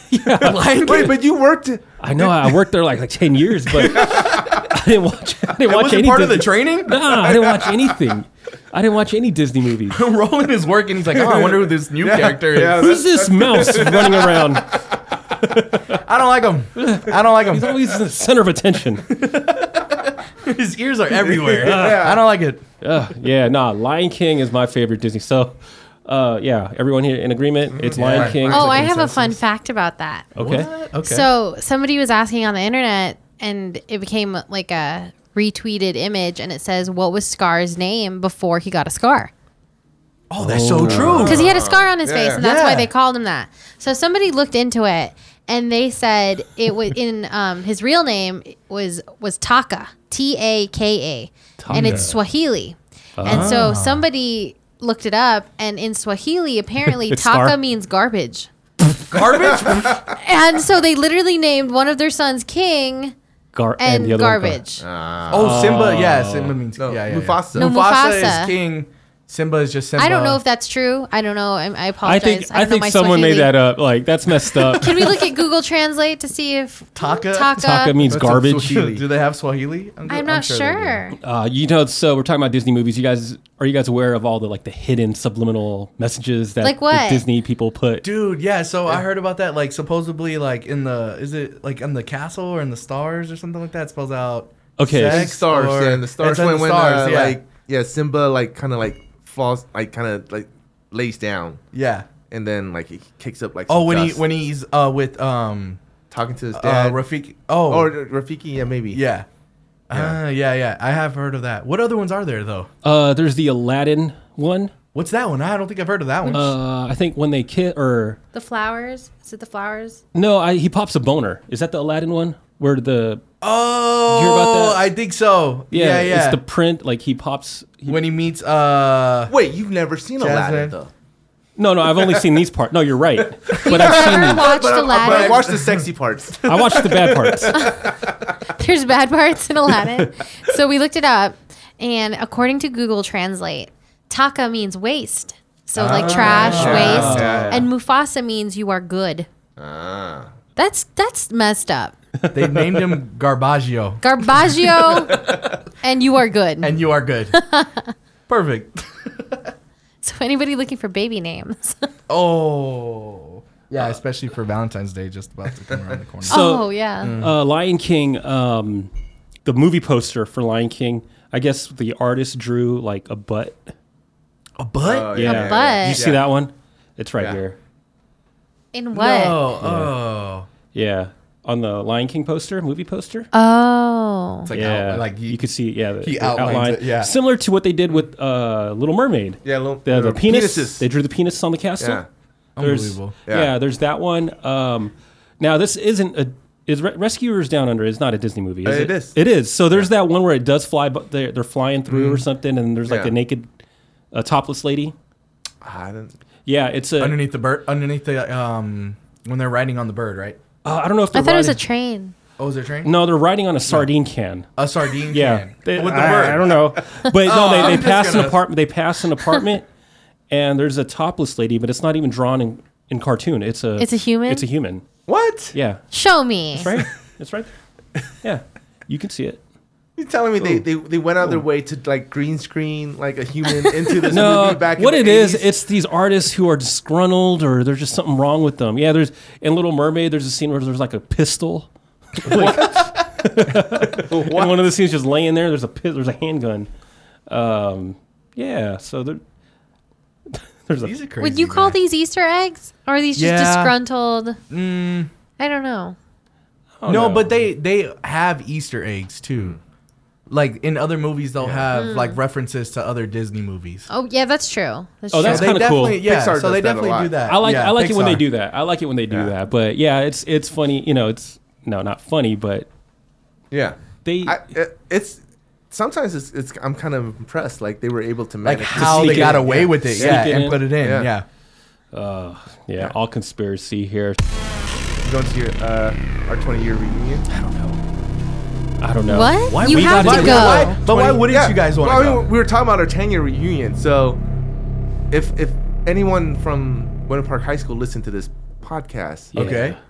yeah, like,
Wait, but you worked. It
I know I worked there like like ten years, but I didn't watch. I didn't watch
wasn't
anything.
part of the training.
Nah, I didn't watch anything. I didn't watch any Disney movies.
Roland is working. He's like, oh, I wonder who this new character is.
yeah.
Who's this mouse running around?
I don't like him. I don't like
He's
him.
always in the center of attention.
His ears are everywhere. I don't like it.
Ugh, yeah, nah. Lion King is my favorite Disney. So, uh, yeah, everyone here in
Mm-hmm.
agreement? It's Lion
Right.
King.
Lion
Oh, I have a fun fact about that.
okay.
What? Okay.
So somebody was asking on the internet, and it became like a retweeted image, and it says, "What was Scar's name before he got a scar?"
oh, that's so true.
Because he had a scar on his face, and that's
Yeah.
why they called him that. So somebody looked into it, and they said it was in um, his real name was was Taka T A K A, and it's Swahili. And
Ah.
so somebody looked it up, and in Swahili, apparently
It's
Taka
scar.
means garbage.
Garbage.
And so they literally named one of their sons King
Gar-
and,
the other one, Gar-
garbage.
Oh, Simba. Yeah, Simba means
No,
yeah, yeah, yeah.
Mufasa.
No,
Mufasa
Mufasa.
is king. Simba is just Simba.
I don't know if that's true. I don't know. I, I
I
apologize.
think I,
don't know
think
my
someone made
Swahili.
that up. Like that's messed up.
Can we look at Google Translate to see if
Taka?
Taka,
Taka means
That's a
garbage.
Swahili. Do they have Swahili? I'm,
I'm not
they do.
sure.
Uh, you know, so we're talking about Disney movies. You guys, are you guys aware of all the like the hidden subliminal messages that
Like
the
what?
Disney people put?
Dude, yeah. So I heard about that. Like supposedly, like in the is it like in the castle or in the stars or something like that? It spells out.
Okay. It's in
sex
stars
or-
yeah, and the stars
It's in
when,
the
when
stars,
uh,
yeah.
like yeah Simba like kind of like falls like kind of like lays down
yeah.
and then like he kicks up like
Oh,
some
when he
dust.
when he's uh with um
talking to his
uh,
dad
Rafiki. Oh,
or Rafiki yeah maybe
yeah.
Yeah.
Yeah. Uh, yeah, yeah. I have heard of that. What other ones are there though?
Uh, there's the Aladdin one.
What's that one? I don't think I've heard of that one.
Uh, I think when they kiss or
The flowers? Is it the flowers?
no, I, he pops a boner. Is that the Aladdin one where the
oh,
you hear about that?
I think so. Yeah,
yeah,
yeah.
it's the print like he pops. he-
when he meets uh
wait you've never seen Aladdin
Jasmine.
though
no, no, I've only seen these part. No, you're right, but I've seen
Ever
these.
watched
but I
Aladdin?
watched the sexy parts
I watched the bad parts.
There's bad parts in Aladdin. so we looked it up, and according to Google Translate, Taka means waste. So like trash, waste,
Uh,
and Mufasa means you are good. That's that's messed up.
they named him Garbaggio
Garbaggio, and you are good.
and you are good. Perfect.
so anybody looking for baby names?
Oh. Yeah, especially for Valentine's Day just about to come around the corner.
So-
oh yeah.
uh, Lion King, um, the movie poster for Lion King. I guess the artist drew like a butt.
A butt?
Oh,
Yeah.
A butt?
You see that one? It's right
Yeah.
here.
In
Oh,
what?
oh.
Yeah, on the Lion King poster, movie poster.
Oh.
It's like
yeah,
out- like
you,
you,
could see. Yeah, the,
he
the
outlines
outline.
it, yeah.
similar to what they did with uh, Little Mermaid.
yeah little,
The, the
little
penis.
penises.
They drew the penis on the castle.
yeah
There's-
Unbelievable.
Yeah.
Yeah.
there's that one. Um, now this isn't a is Re- Rescuers Down Under is not a Disney movie. Is
Uh,
it?
it is.
It is. So there's that one where it does fly, but they're, they're flying through or something, and there's like
Yeah.
a naked, a topless lady.
I didn't
Yeah, it's a.
underneath the bird underneath the um when they're riding on the bird, right?
uh, I don't know if
I
they're
thought it was a
riding-
train.
Oh, is there a train?
no, they're riding on a sardine can.
A sardine
Yeah,
can.
They-
with the
I,
bird. Oh,
I don't know, but no, they, they
just
pass an
gonna-
apartment. They pass an apartment, and there's a topless lady, but it's not even drawn in, in cartoon. It's a.
It's a human?
It's a human.
what
Yeah,
Show me.
right. it's right. There. Yeah, you can see it.
you telling me they, they they went out of their way to like green screen like a human into this
No,
movie back
what
in
it
the
is,
80s?
it's these artists who are disgruntled or there's just something wrong with them. Yeah, there's in Little Mermaid, there's a scene where there's like a pistol. like, and one of the scenes just laying there. There's a pi- there's a handgun. Um, yeah, so there, there's a
These are crazy.
Would you call
man.
these Easter eggs? Or are these just
Yeah.
disgruntled? I don't know.
oh,
no, but they they have Easter eggs
Hmm.
too. Like in other movies, they'll have like references to other Disney movies.
Hmm. Oh yeah, that's true. That's
Oh,
true.
that's
they
kinda cool.
definitely, Yeah,
Pixar does
so
that
they
a
definitely
lot.
do that.
I like
Yeah,
I like it when they
Pixar.
do that. I like it when they do
Yeah.
that. But yeah, it's it's funny. You know, it's no, not funny, but
yeah
they
I, it, it's sometimes it's, it's I'm kind of impressed like they were able to
Like
manage to
how
sneak
they
it
got
in.
away
Yeah.
with it,
Sneak
yeah,
it
and
in.
put it in,
Yeah.
yeah.
yeah, all conspiracy here.
going to your uh, our 20 year reunion.
I don't know. I don't know.
What?
Why
You
we
have
gotta
to
do
go.
that?
Why-
but why wouldn't you guys wanna
Well, I mean,
go?
We were talking about our ten year reunion, so if if anyone from Winter Park High School listened to this podcast,
Yeah.
Okay.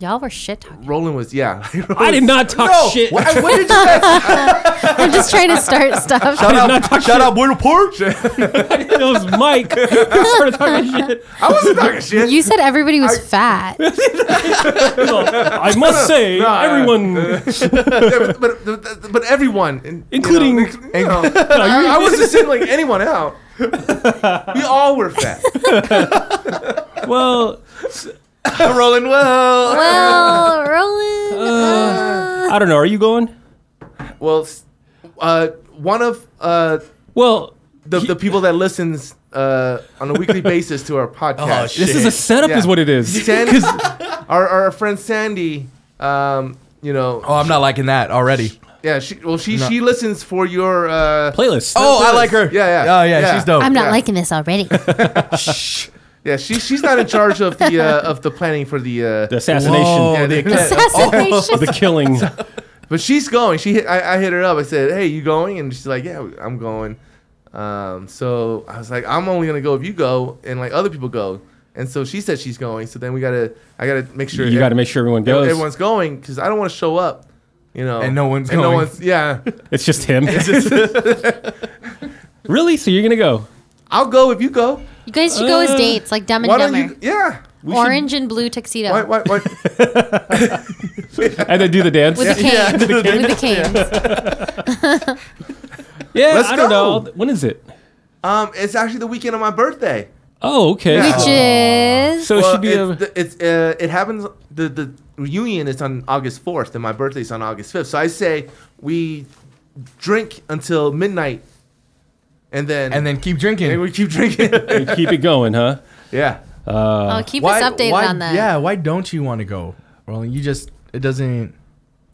Y'all were shit talking.
Roland was yeah.
I did not talk
No,
shit.
What, what did you guys?
I'm just trying to start stuff.
not talk shit.
Shut up, Winter Park.
it was Mike who started talking shit.
I wasn't talking shit.
You said everybody was fat.
I must say,
Nah.
everyone.
Yeah, but, but, but, but everyone, in-
Including-
you know, you know, I, I wasn't singling anyone out. We all were fat.
well,
Rolling well.
well, Roland. uh,
I don't know. Are you going?
Well, s- uh, one of uh,
Well,
the, the people that listens uh, on a weekly basis to our podcast.
Oh, shit.
this is a setup,
Yeah.
is what it is.
Sandy, our, our friend Sandy, um, you know,
Oh, I'm not liking that already.
yeah, she, well, she she listens for your. Uh,
Playlist.
Oh, I like her.
Yeah, yeah.
Oh, yeah,
Yeah.
she's dope.
I'm not
yeah.
liking this already.
yeah, she, she's not in charge of the uh, of the planning for the. Uh,
the assassination.
Whoa.
yeah, the-
Assassination.
The killing.
But she's going. She hit, I, I hit her up. I said, "Hey, you going?" And she's like, "Yeah, I'm going." Um, so I was like, "I'm only gonna go if you go, and like other people go." And so she said she's going. So then we gotta, I gotta make sure
You got to make sure everyone goes.
everyone's going because I don't want to show up, you know,
And no one's
and
going.
No one's, yeah,
It's just him. really? So you're gonna go?
I'll go if you go.
You guys should go as dates, like Dumb and
Why
Dumber.
don't you? Yeah.
Orange and blue tuxedo.
Why, why, why?
And then do the dance.
With the canes. With the canes.
yeah,
Let's
I don't
go.
know. When is it?
um, it's actually the weekend of my birthday.
Oh, okay.
Yeah.
Which is.
So it
Well,
should be a,
it's, the- it's, uh, it happens. The the reunion is on August fourth, and my birthday's on August fifth. So I say we drink until midnight, and then
And then keep
and
drinking.
we keep drinking.
keep it going, huh?
yeah,
oh, keep us updated
why,
on that.
Yeah, why don't you want to go? Roland, you just it doesn't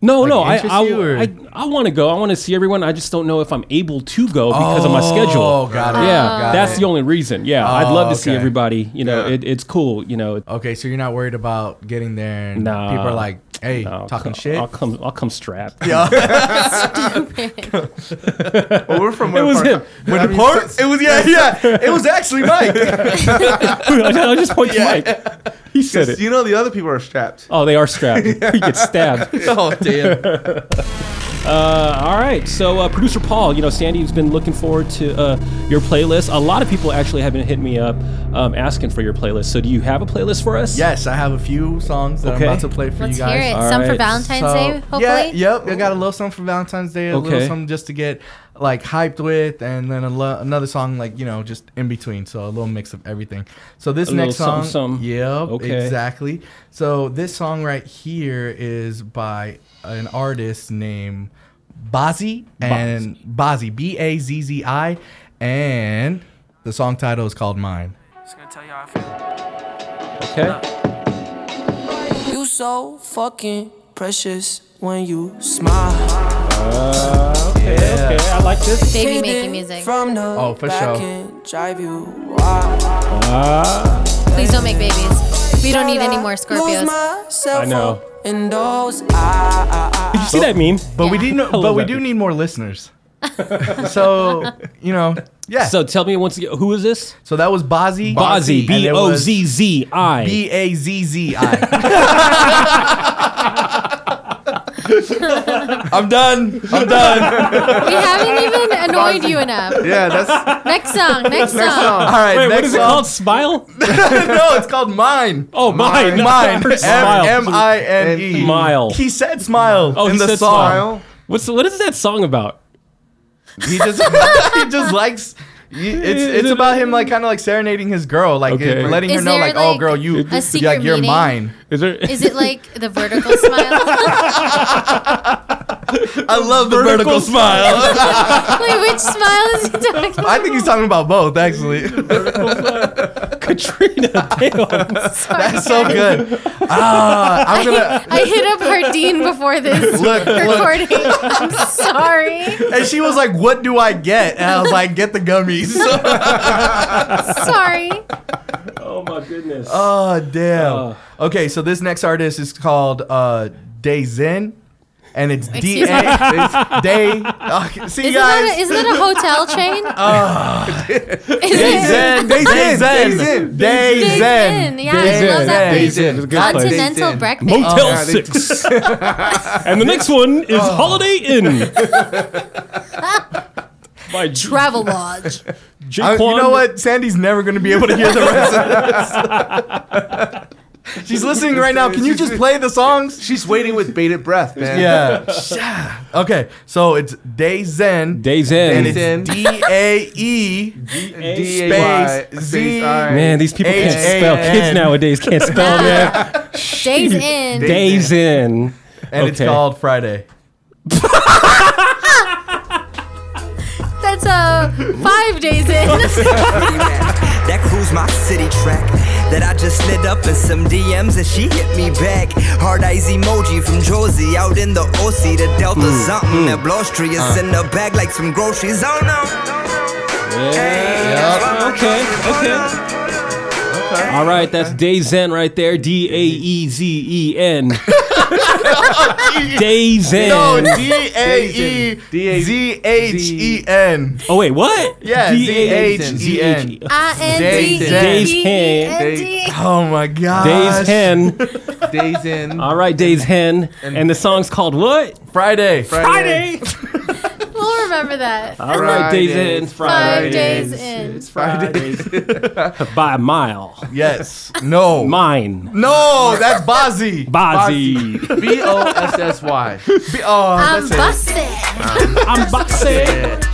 No, no, I
interest
I,
you, or-
I, I want to go. I want to see everyone. I just don't know if I'm able to go because of my schedule.
Oh, got it.
yeah,
got
that's
it. Oh,
the only reason. Yeah, I'd love to see
okay.
everybody. You know, it, it's cool. You know,
Okay, so you're not worried about getting there and
Nah.
people are like, hey,
I'll
Oh, talking
come-
shit.
I'll come. I'll come strapped.
well, we're from.
It was him.
When
the parts-
it was yeah, yeah. It was actually Mike.
I'll just point to Mike. He said it.
you know the other people are strapped.
Oh, they are strapped. he gets stabbed.
oh, damn.
Uh, all right. So, uh, producer Paul, you know, Sandy's been looking forward to uh, your playlist. A lot of people actually have been hitting me up um, asking for your playlist. So, do you have a playlist for us?
yes, I have a few songs that
Okay.
I'm about to play for
Let's
you guys.
hear it.
All
Some for
right.
Valentine's
So-
Day, hopefully.
Yeah, yep. I got a little song for Valentine's Day, a
Okay.
little something just to get like hyped with, and then a lo- another song like you know just in between. So a little mix of everything. So this
A
next
little
song,
something, something.
yep,
Okay.
exactly. So this song right here is by an artist named Bazzi and Bazzi B A Z Z I, and the song title is called Mine.
Just gonna tell you how I feel.
Okay.
You so fucking precious when you smile.
Okay. Okay. I like this.
Baby making music.
From the
Oh, for
back
sure.
and drive you wild.
Please don't make babies. We don't need any more
Lose
Scorpios.
myself
I know.
up In those eyes.
Did you see that meme?
But we
Yeah.
did, know,
love
but we
that
do
beat.
need more listeners. so you know, yeah.
So, tell me once again, who is this?
So that was Bozzy.
Bozzy.
And
B
it
O
was
Z Z I.
B A Z Z I. I'm done. I'm done.
We haven't even annoyed you enough.
Yeah, that's
Next song. Next song.
All right.
Wait,
next
what is it
song.
called? Smile?
no, it's called Mine.
Oh, mine.
Mine.
Smile.
M I N E.
Mile.
He said smile
Oh,
in
he
the
said
song.
smile. What's what is that song about?
He just he just likes. It's it's about him like kind of like serenading his girl, like
Okay.
letting her
Is
know
there,
like, oh
like,
girl, you
a
like
secret
you're
meaning?
mine.
Is there?
Is it like the vertical smile?
I love the vertical, smile.
Wait, which smile is he talking about?
I think he's talking about both actually.
Katrina? Damn.
That's so good. Ah, I'm gonna.
I hit up her dean before this
Look, look.
recording. I'm sorry.
And she was like, "What do I get?" And I was like, "Get the gummies."
Sorry.
Oh my goodness.
Uh.
oh damn. Okay, so this next artist is called uh, Day Zen, uh, and it's D
Excuse
A Day. Uh, see guys.
Isn't that, a, isn't that a hotel chain? Ah.
Day Zen, Day Zen, Day Zen,
Zen.
Day Zen.
Yeah, I love that
Days Inn.
place.
It was a good place.
Continental
Days Inn.
breakfast.
Motel
yeah, they-
Six. and the next one is Holiday Inn. By J-
Travel lodge.
I-
Jaquan.
Uh, you know what? Sandy's never going to be able to hear the rest of this. She's listening right now. Can you just play the songs?
She's waiting with bated breath, man.
Yeah. Okay, so it's Day Zen.
Days Inn.
and it's D A E
D-A-Y,
space Z.
space I.
Man, these people can't
H-A-N.
spell. Kids nowadays can't spell, man.
Days in.
Days in.
and it's
Okay.
called Friday.
That's uh, five days in.
That cruise my city track that I just slid up in some DMs and she hit me back. Hard eyes emoji from Josie out in the OC, the Delta
Hmm.
something. that Blostree is
Uh.
in the bag like some groceries. Oh no.
Yeah. Okay. Okay. All right, that's Day Zen right there. D A E Z E N. Day Zen.
No, D A E Z H E N.
Oh wait, what?
Yeah, E
D-A-Z-H-E-N.
Z-H-E-N.
I N D
Days
E
in.
Days in.
N D.
Oh my god.
Days Hen.
Days in.
All right, Days Hen. And the song's called what?
Friday. Friday.
Friday.
We'll remember that.
All right,
Fridays.
Days Hen.
Five
Fridays.
days in.
Fridays. By a mile.
Yes. No.
Mine.
no, that's Bozzy.
Bozzy.
B O S S Y.
B- oh,
I'm
that's it.
busting.
I'm boxing.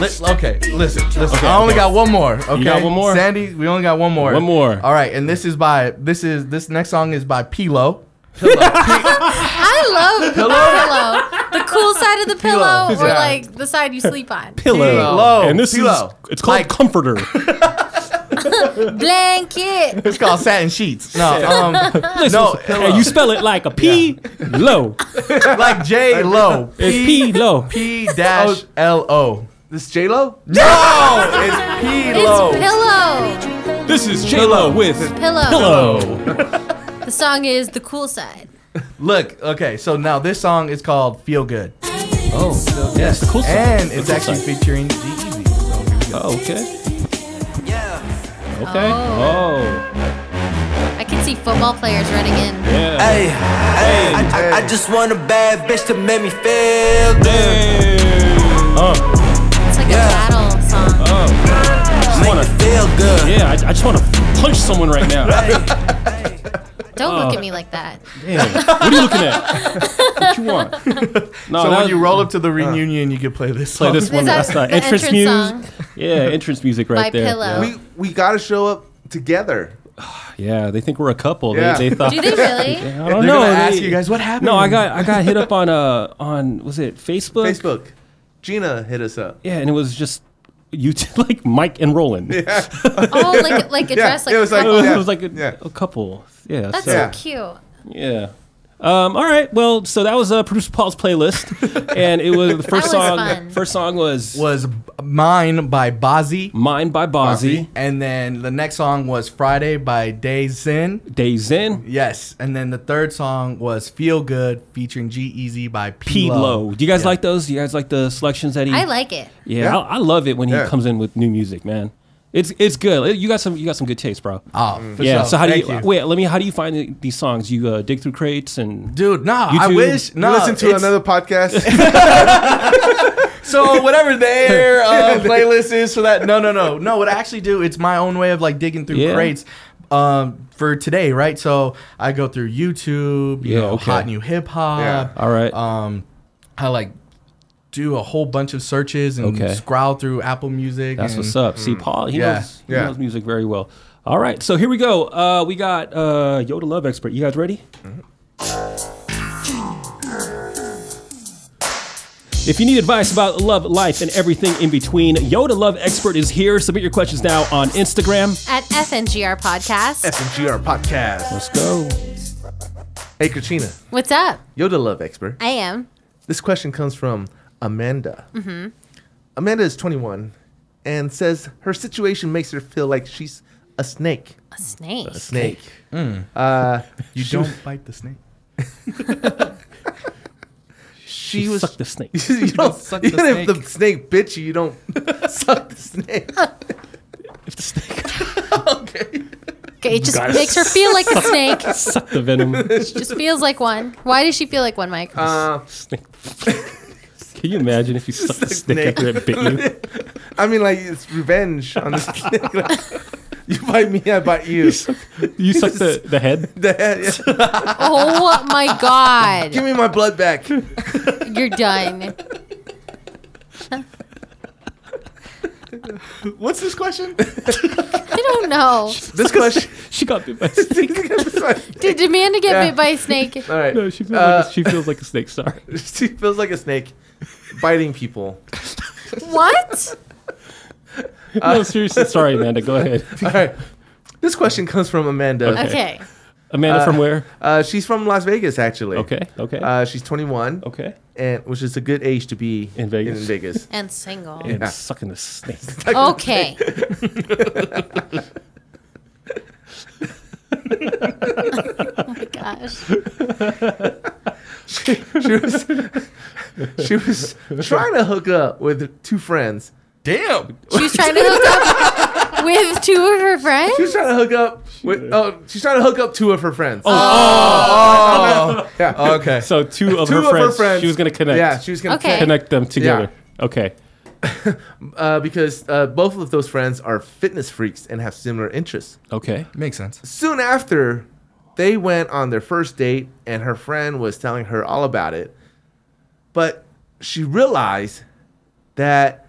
Li- okay, listen, listen. I only got one more. Okay,
got one more?
Sandy, we only got one more.
One more.
All right, and this is by this is this next song is by Pilo.
I love pillow. The cool side of the pillow,
Pillow.
or
Yeah.
like the side you sleep on.
Pillow.
Pillow.
And this
Pillow.
is it's called
Like-
comforter.
Blanket.
It's called Satin Sheets. No, um,
Listen,
no,
and you spell it like a P low.
like J Lo.
It's P low.
P dash L O.
This J Lo?
No, it's P
Oh.
It's
Lo.
pillow.
This is J Lo with pillow.
Pillow. The song is the cool side.
Look, okay, so now this song is called Feel Good,
Oh, yes, the cool side.
and
The
it's
cool
actually
side.
featuring E G-Eazy. So
Oh, okay.
Yeah.
Okay. Oh,
I can see football players running in.
yeah.
Hey, hey, I, I- I just want a bad bitch to make me feel good.
It's like a battle song.
Uh, I just
Make
wanna,
me feel good.
yeah, I, I just want to punch someone right now.
Don't
uh.
look at me like that.
Damn. What are you looking at? What you want? No,
so
Oh, that
when
was- Uh,
you roll up to the reunion, you can play this.
play
song.
this one.
Is that
That's the,
the
entrance,
entrance
music.
song?
Yeah, entrance music right
By
there.
pillow.
We we gotta show up together.
Yeah, they think we're a couple.
Yeah.
They, they thought.
Do they really?
I don't
They're
know.
gonna ask
Oh, they-
you guys what happened.
No, I got I got hit up on uh on was it Facebook?
Facebook. Gina hit us up.
Yeah, and it was just you t- like Mike and Roland.
Oh, like like a dress, like
it
a
was like-
couple.
it was like a,
yeah.
a couple. Yeah.
That's
so,
so
Yeah.
cute.
yeah. Um, all right. Well, so that was uh, producer Paul's playlist, and it was the first
was
song.
fun.
First song was,
was B- Mine by Bozzy.
"Mine" by Bozzy.
And then the next song was Friday by Day Zen.
Days in.
Yes. And then the third song was Feel Good featuring G Easy by P
P
Lo.
low. Do you guys like those? Do you guys like the selections that he?
I like it.
Yeah,
Yeah.
I, I love it when
Yeah.
he comes in with new music, man. It's it's good. You got some you got some good taste, bro.
Oh, for
Mm. yeah.
sure.
So how do
Thank
you, wait? Let me. How do you find the- these songs? You uh, dig through crates and
Dude, nah, I
YouTube?
wish.
You
Nah,
listen to
it's-
another podcast.
So whatever their uh, playlist is for that. No, no, no, no. What I actually do, it's my own way of like digging through
Yeah.
crates. Um, for today, right? So I go through YouTube, you
Yeah,
know,
okay.
hot new hip hop.
Yeah.
all right.
um, I like do a whole bunch of searches and
Okay.
scroll through Apple Music.
That's
and
what's up. See, Paul, he
Yeah,
knows he
yeah.
knows music very well. All right, so here we go. Uh, we got uh, Yoda Love Expert. You guys ready? If you need advice about love, life, and everything in between, Yoda Love Expert is here. Submit your questions now on Instagram.
At FNGR Podcast.
FMGR podcast.
Let's go.
Hey Katrina,
What's up?
you're the love expert.
I am.
This question comes from Amanda. Mm-hmm. Amanda is 21 and says her situation makes her feel like she's a snake.
A snake.
Snake.
Uh,
You don't bite the snake.
she
You
was
suck the snake.
you don't suck even
the
if the snake bit you, you don't suck the snake.
if the snake
Okay, it just
Gotta
makes her feel like a
suck-
snake.
Suck the venom.
She just feels like one. Why does she feel like one, Mike?
Uh,
snake. Can you imagine if you sucked the snake after it bit you?
I mean, like it's revenge on the snake. Like, you bite me, I bite you. You suck,
You suck the, the head?
the head. yeah.
oh my
Give
god.
me my blood back.
You're done.
What's this question?
I don't know.
This question.
She got bit by a snake.
Did Amanda get
Yeah.
bit by a snake?
All right.
No, she feels, like,
Uh,
a, she feels like a snake. Sorry.
she feels like a snake, biting people.
What?
uh,
no, seriously. Sorry, Amanda. Go ahead.
All right. This question comes from Amanda.
Okay.
Okay.
Amanda from where?
Uh, she's from Las Vegas, actually.
Okay. Okay.
Uh, she's 21,
okay.
and which is a good age to be
In Vegas.
In Vegas.
And single.
And
yeah.
sucking the snake.
Okay. oh my gosh.
she was she was trying to hook up with two friends.
Damn.
She was trying to hook up with two of her
She
friends?
was trying to hook up with oh she's trying to hook up two of her friends.
Oh.
yeah.
Okay.
So two of,
Two
her,
of her
friends,
friends.
She was gonna connect.
yeah, she was gonna
Okay.
connect them together. Okay.
uh, because uh, both of those friends are fitness freaks and have similar interests.
Okay.
Makes sense.
Soon after, they went on their first date, and her friend was telling her all about it. But she realized that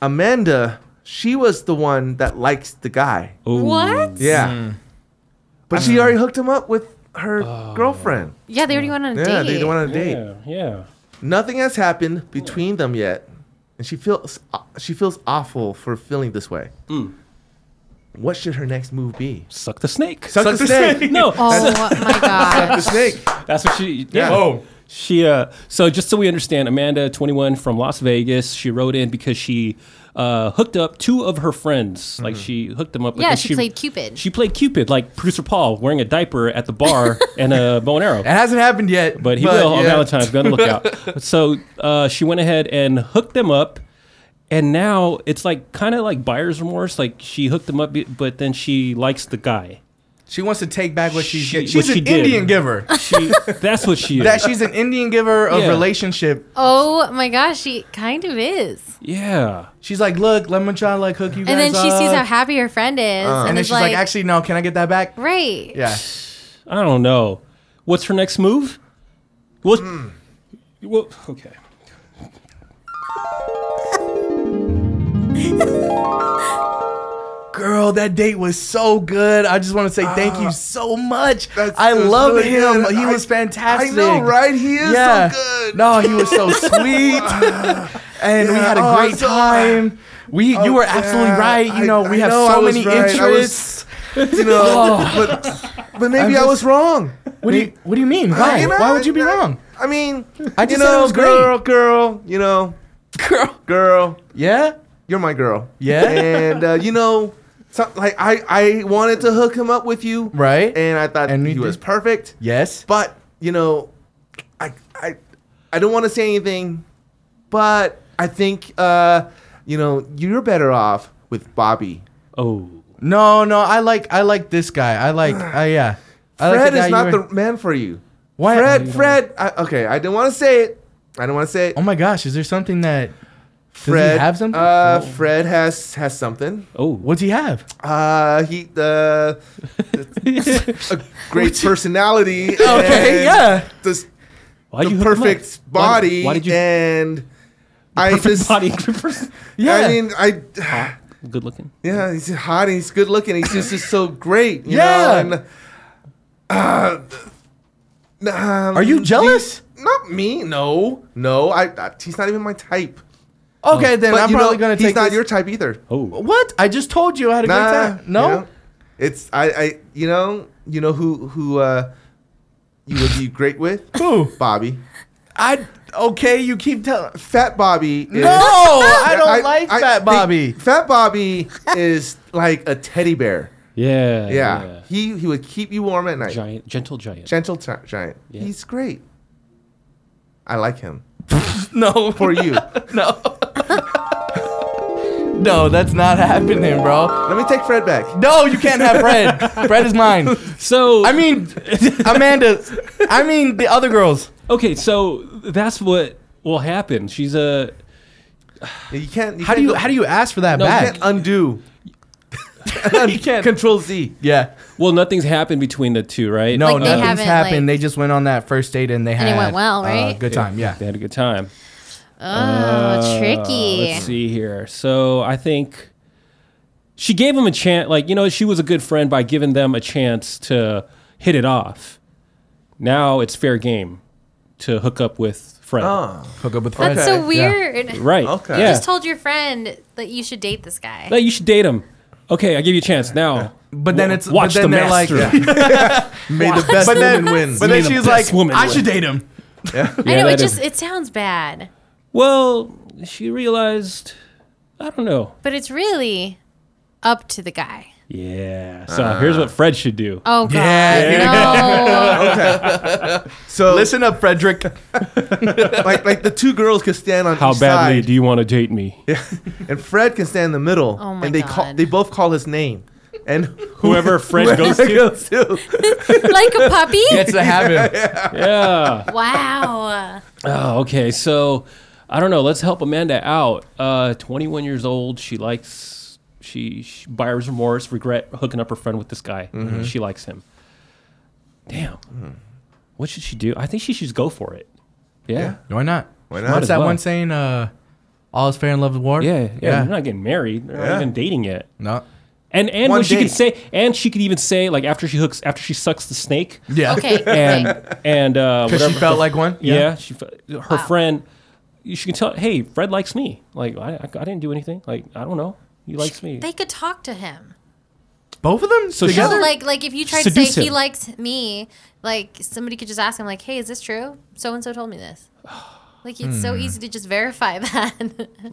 Amanda, she was the one that likes the guy.
Ooh.
What?
Yeah. But she already hooked him up with her girlfriend.
Yeah, they already went on a
Oh. Yeah,
date.
they went on a date.
Yeah. Yeah.
Nothing has happened between them yet, and she feels she feels awful for feeling this way. What should her next move be?
Suck the snake.
Suck, the, snake.
No.
oh my
Suck
god.
the snake.
That's what she. Yeah.
Oh.
She uh so just so we understand, Amanda, 21 from Las Vegas, she wrote in because she uh hooked up two of her friends. Like she hooked them up
Yeah,
because
she played Cupid.
She played Cupid like producer Paul wearing a diaper at the bar and a bow and arrow.
It hasn't happened yet.
But he will on
yeah.
Valentine's. Be on the lookout. so uh, she went ahead and hooked them up, and now it's like kind of like buyer's remorse. Like she hooked them up, but then she likes the guy.
She wants to take back what she's.
She-
get- She's
what she
an
did.
Indian giver.
She, that's what she is.
that she's an Indian giver of
Yeah.
relationship.
Oh my gosh, she kind of is.
yeah.
She's like, look, let me try to like hook you guys
And then she
up."
sees
uh,
how happy her friend is. and,
and then
is
she's like, actually, no, can I get that back?
right.
Yeah.
I don't know. What's her next move? What? Well, okay.
Girl, that date was so good. I just want to say thank you so much.
Ah. That's-
I
that's
love
really
him.
good.
He
I-
was fantastic.
I know, right? He is
yeah.
so good.
No, he was so sweet. and we had a
oh,
great
I'm so-
time. We, you
Oh,
were absolutely
yeah.
right. You
I-
know, we
I
have
know I
so
was
many
right. I was-
interests.
You know, but but maybe I
just-
was wrong.
What do you What do you mean?
I-
Why?
you know,
Why would you be
I-
wrong?
I mean,
I
you
just said it
know,
was great.
girl, girl, you know,
Girl.
girl,
Yeah.
you're my girl.
Yeah.
and uh, you know, so, like I I wanted to hook him up with you,
Right.
And I thought
And you
he was
did.
perfect.
Yes.
But you know, I I I don't want to say anything, but I think uh, you know you're better off with Bobby.
Oh,
No, no. I like. I like this guy. I like. Uh, yeah. I like
Fred
guy
is
you
not
were-
the man for you.
Why-
Fred, Fred. I, okay, I didn't want to say it. I don't want to say it.
Oh my gosh! Is there something that
Fred
does he have something?
Uh, Fred has has something.
oh,
What's he have?
Uh, he uh, a great personality. and
yeah.
This
Why
the
you hook him up?
perfect
Why-
body.
Why, did you?
and I
perfect
just
body.
Yeah.
Yeah.
I mean, I
Good looking.
yeah, he's hot and he's good looking. He's just, just so great. You
Yeah.
Know? And, uh, um,
Are you jealous?
Not me. No, no. I, I he's not even my type.
Okay, then
But
I'm
you
probably
know,
gonna
he's
take
not
this-
your type either.
Oh,
What? I just told you I had a
Nah,
great time. No.
you know, it's I, I you know you know who who uh you would be great with
Who?
Bobby
I okay. You keep telling.
Fat Bobby. Is,
No, I don't like
I
Fat
think
Bobby.
Fat Bobby is like a teddy bear.
yeah,
Yeah, he he would keep you warm at night.
Giant, gentle giant.
Gentle ti- giant. He's great. I like him.
no.
For you.
no. No, that's not happening, bro.
Let me take Fred back.
No, you can't have Fred. Fred is mine.
So
I mean, Amanda. I mean the other girls.
Okay, so that's what will happen. She's a
You can't.
How do you how do you ask for that
No, you
back?
can't undo?
uh,
you can't.
Control Z.
Yeah.
well, nothing's happened between the two, right?
No,
Like, they
nothing's
haven't,
happened.
like-
they just went on that first date and they
And
had
it went well,
uh,
right?
good time, yeah.
They had a good time.
Oh,
Uh,
tricky.
Let's see here. So I think she gave him a chance. Like you know, she was a good friend by giving them a chance to hit it off. Now it's fair game to hook up with Fred.
Oh.
Hook up with Fred.
That's so weird.
Right.
Okay.
Ah, Okay.
You
Yeah.
just told your friend that you should date this guy.
Like, you should date him. Okay, I give you a chance now.
But then it's
Watch
but then
the
they're like,
master.
May the best
but then,
woman win.
but then
May the
she's
best
like,
woman
I
win."
should date him.
I know it
that is-
just it sounds bad,
Well, she realized. I don't know.
but it's really up to the guy.
Yeah. Ah. So here's what Fred should do.
Oh god, no.
so
Listen up, Frederick.
like like the two girls can stand on
How
each
badly
side,
do you want to date me?
and Fred can stand in the middle.
Oh my
and they call
God.
they both call his name, and
Whoever Fred goes
whoever
to.
goes to.
like a puppy?
It's a habit.
Yeah.
Wow.
Oh, okay. So I don't know. Let's help Amanda out. Uh, 21 years old. She likes. She, she buyer's remorse, regret hooking up her friend with this guy.
Mm-hmm.
She likes him. Damn. What should she do? I think she should just go for it. Yeah.
Why not? Why
not?
What's
As
that
well.
one saying? Uh, all is fair in love and war.
Yeah. Yeah.
yeah.
They're not getting married. They're
Yeah.
not even dating yet.
No.
And and
One
what she
date.
could say, and she could even say like after she hooks, after she sucks the snake,
Yeah.
Okay.
and
wait.
and uh,
Because she
whatever.
felt like one.
Yeah, she, fe- her friend. She can tell, hey, Fred likes me. Like I, I, I didn't do anything. Like I don't know. He likes me.
They could talk to him.
Both of them.
So she-
No,
Together?
like like if you tried to say
Seduce
he
him.
likes me, like somebody could just ask him like, "Hey, is this true? So and so told me this." Like it's
Hmm.
so easy to just verify that.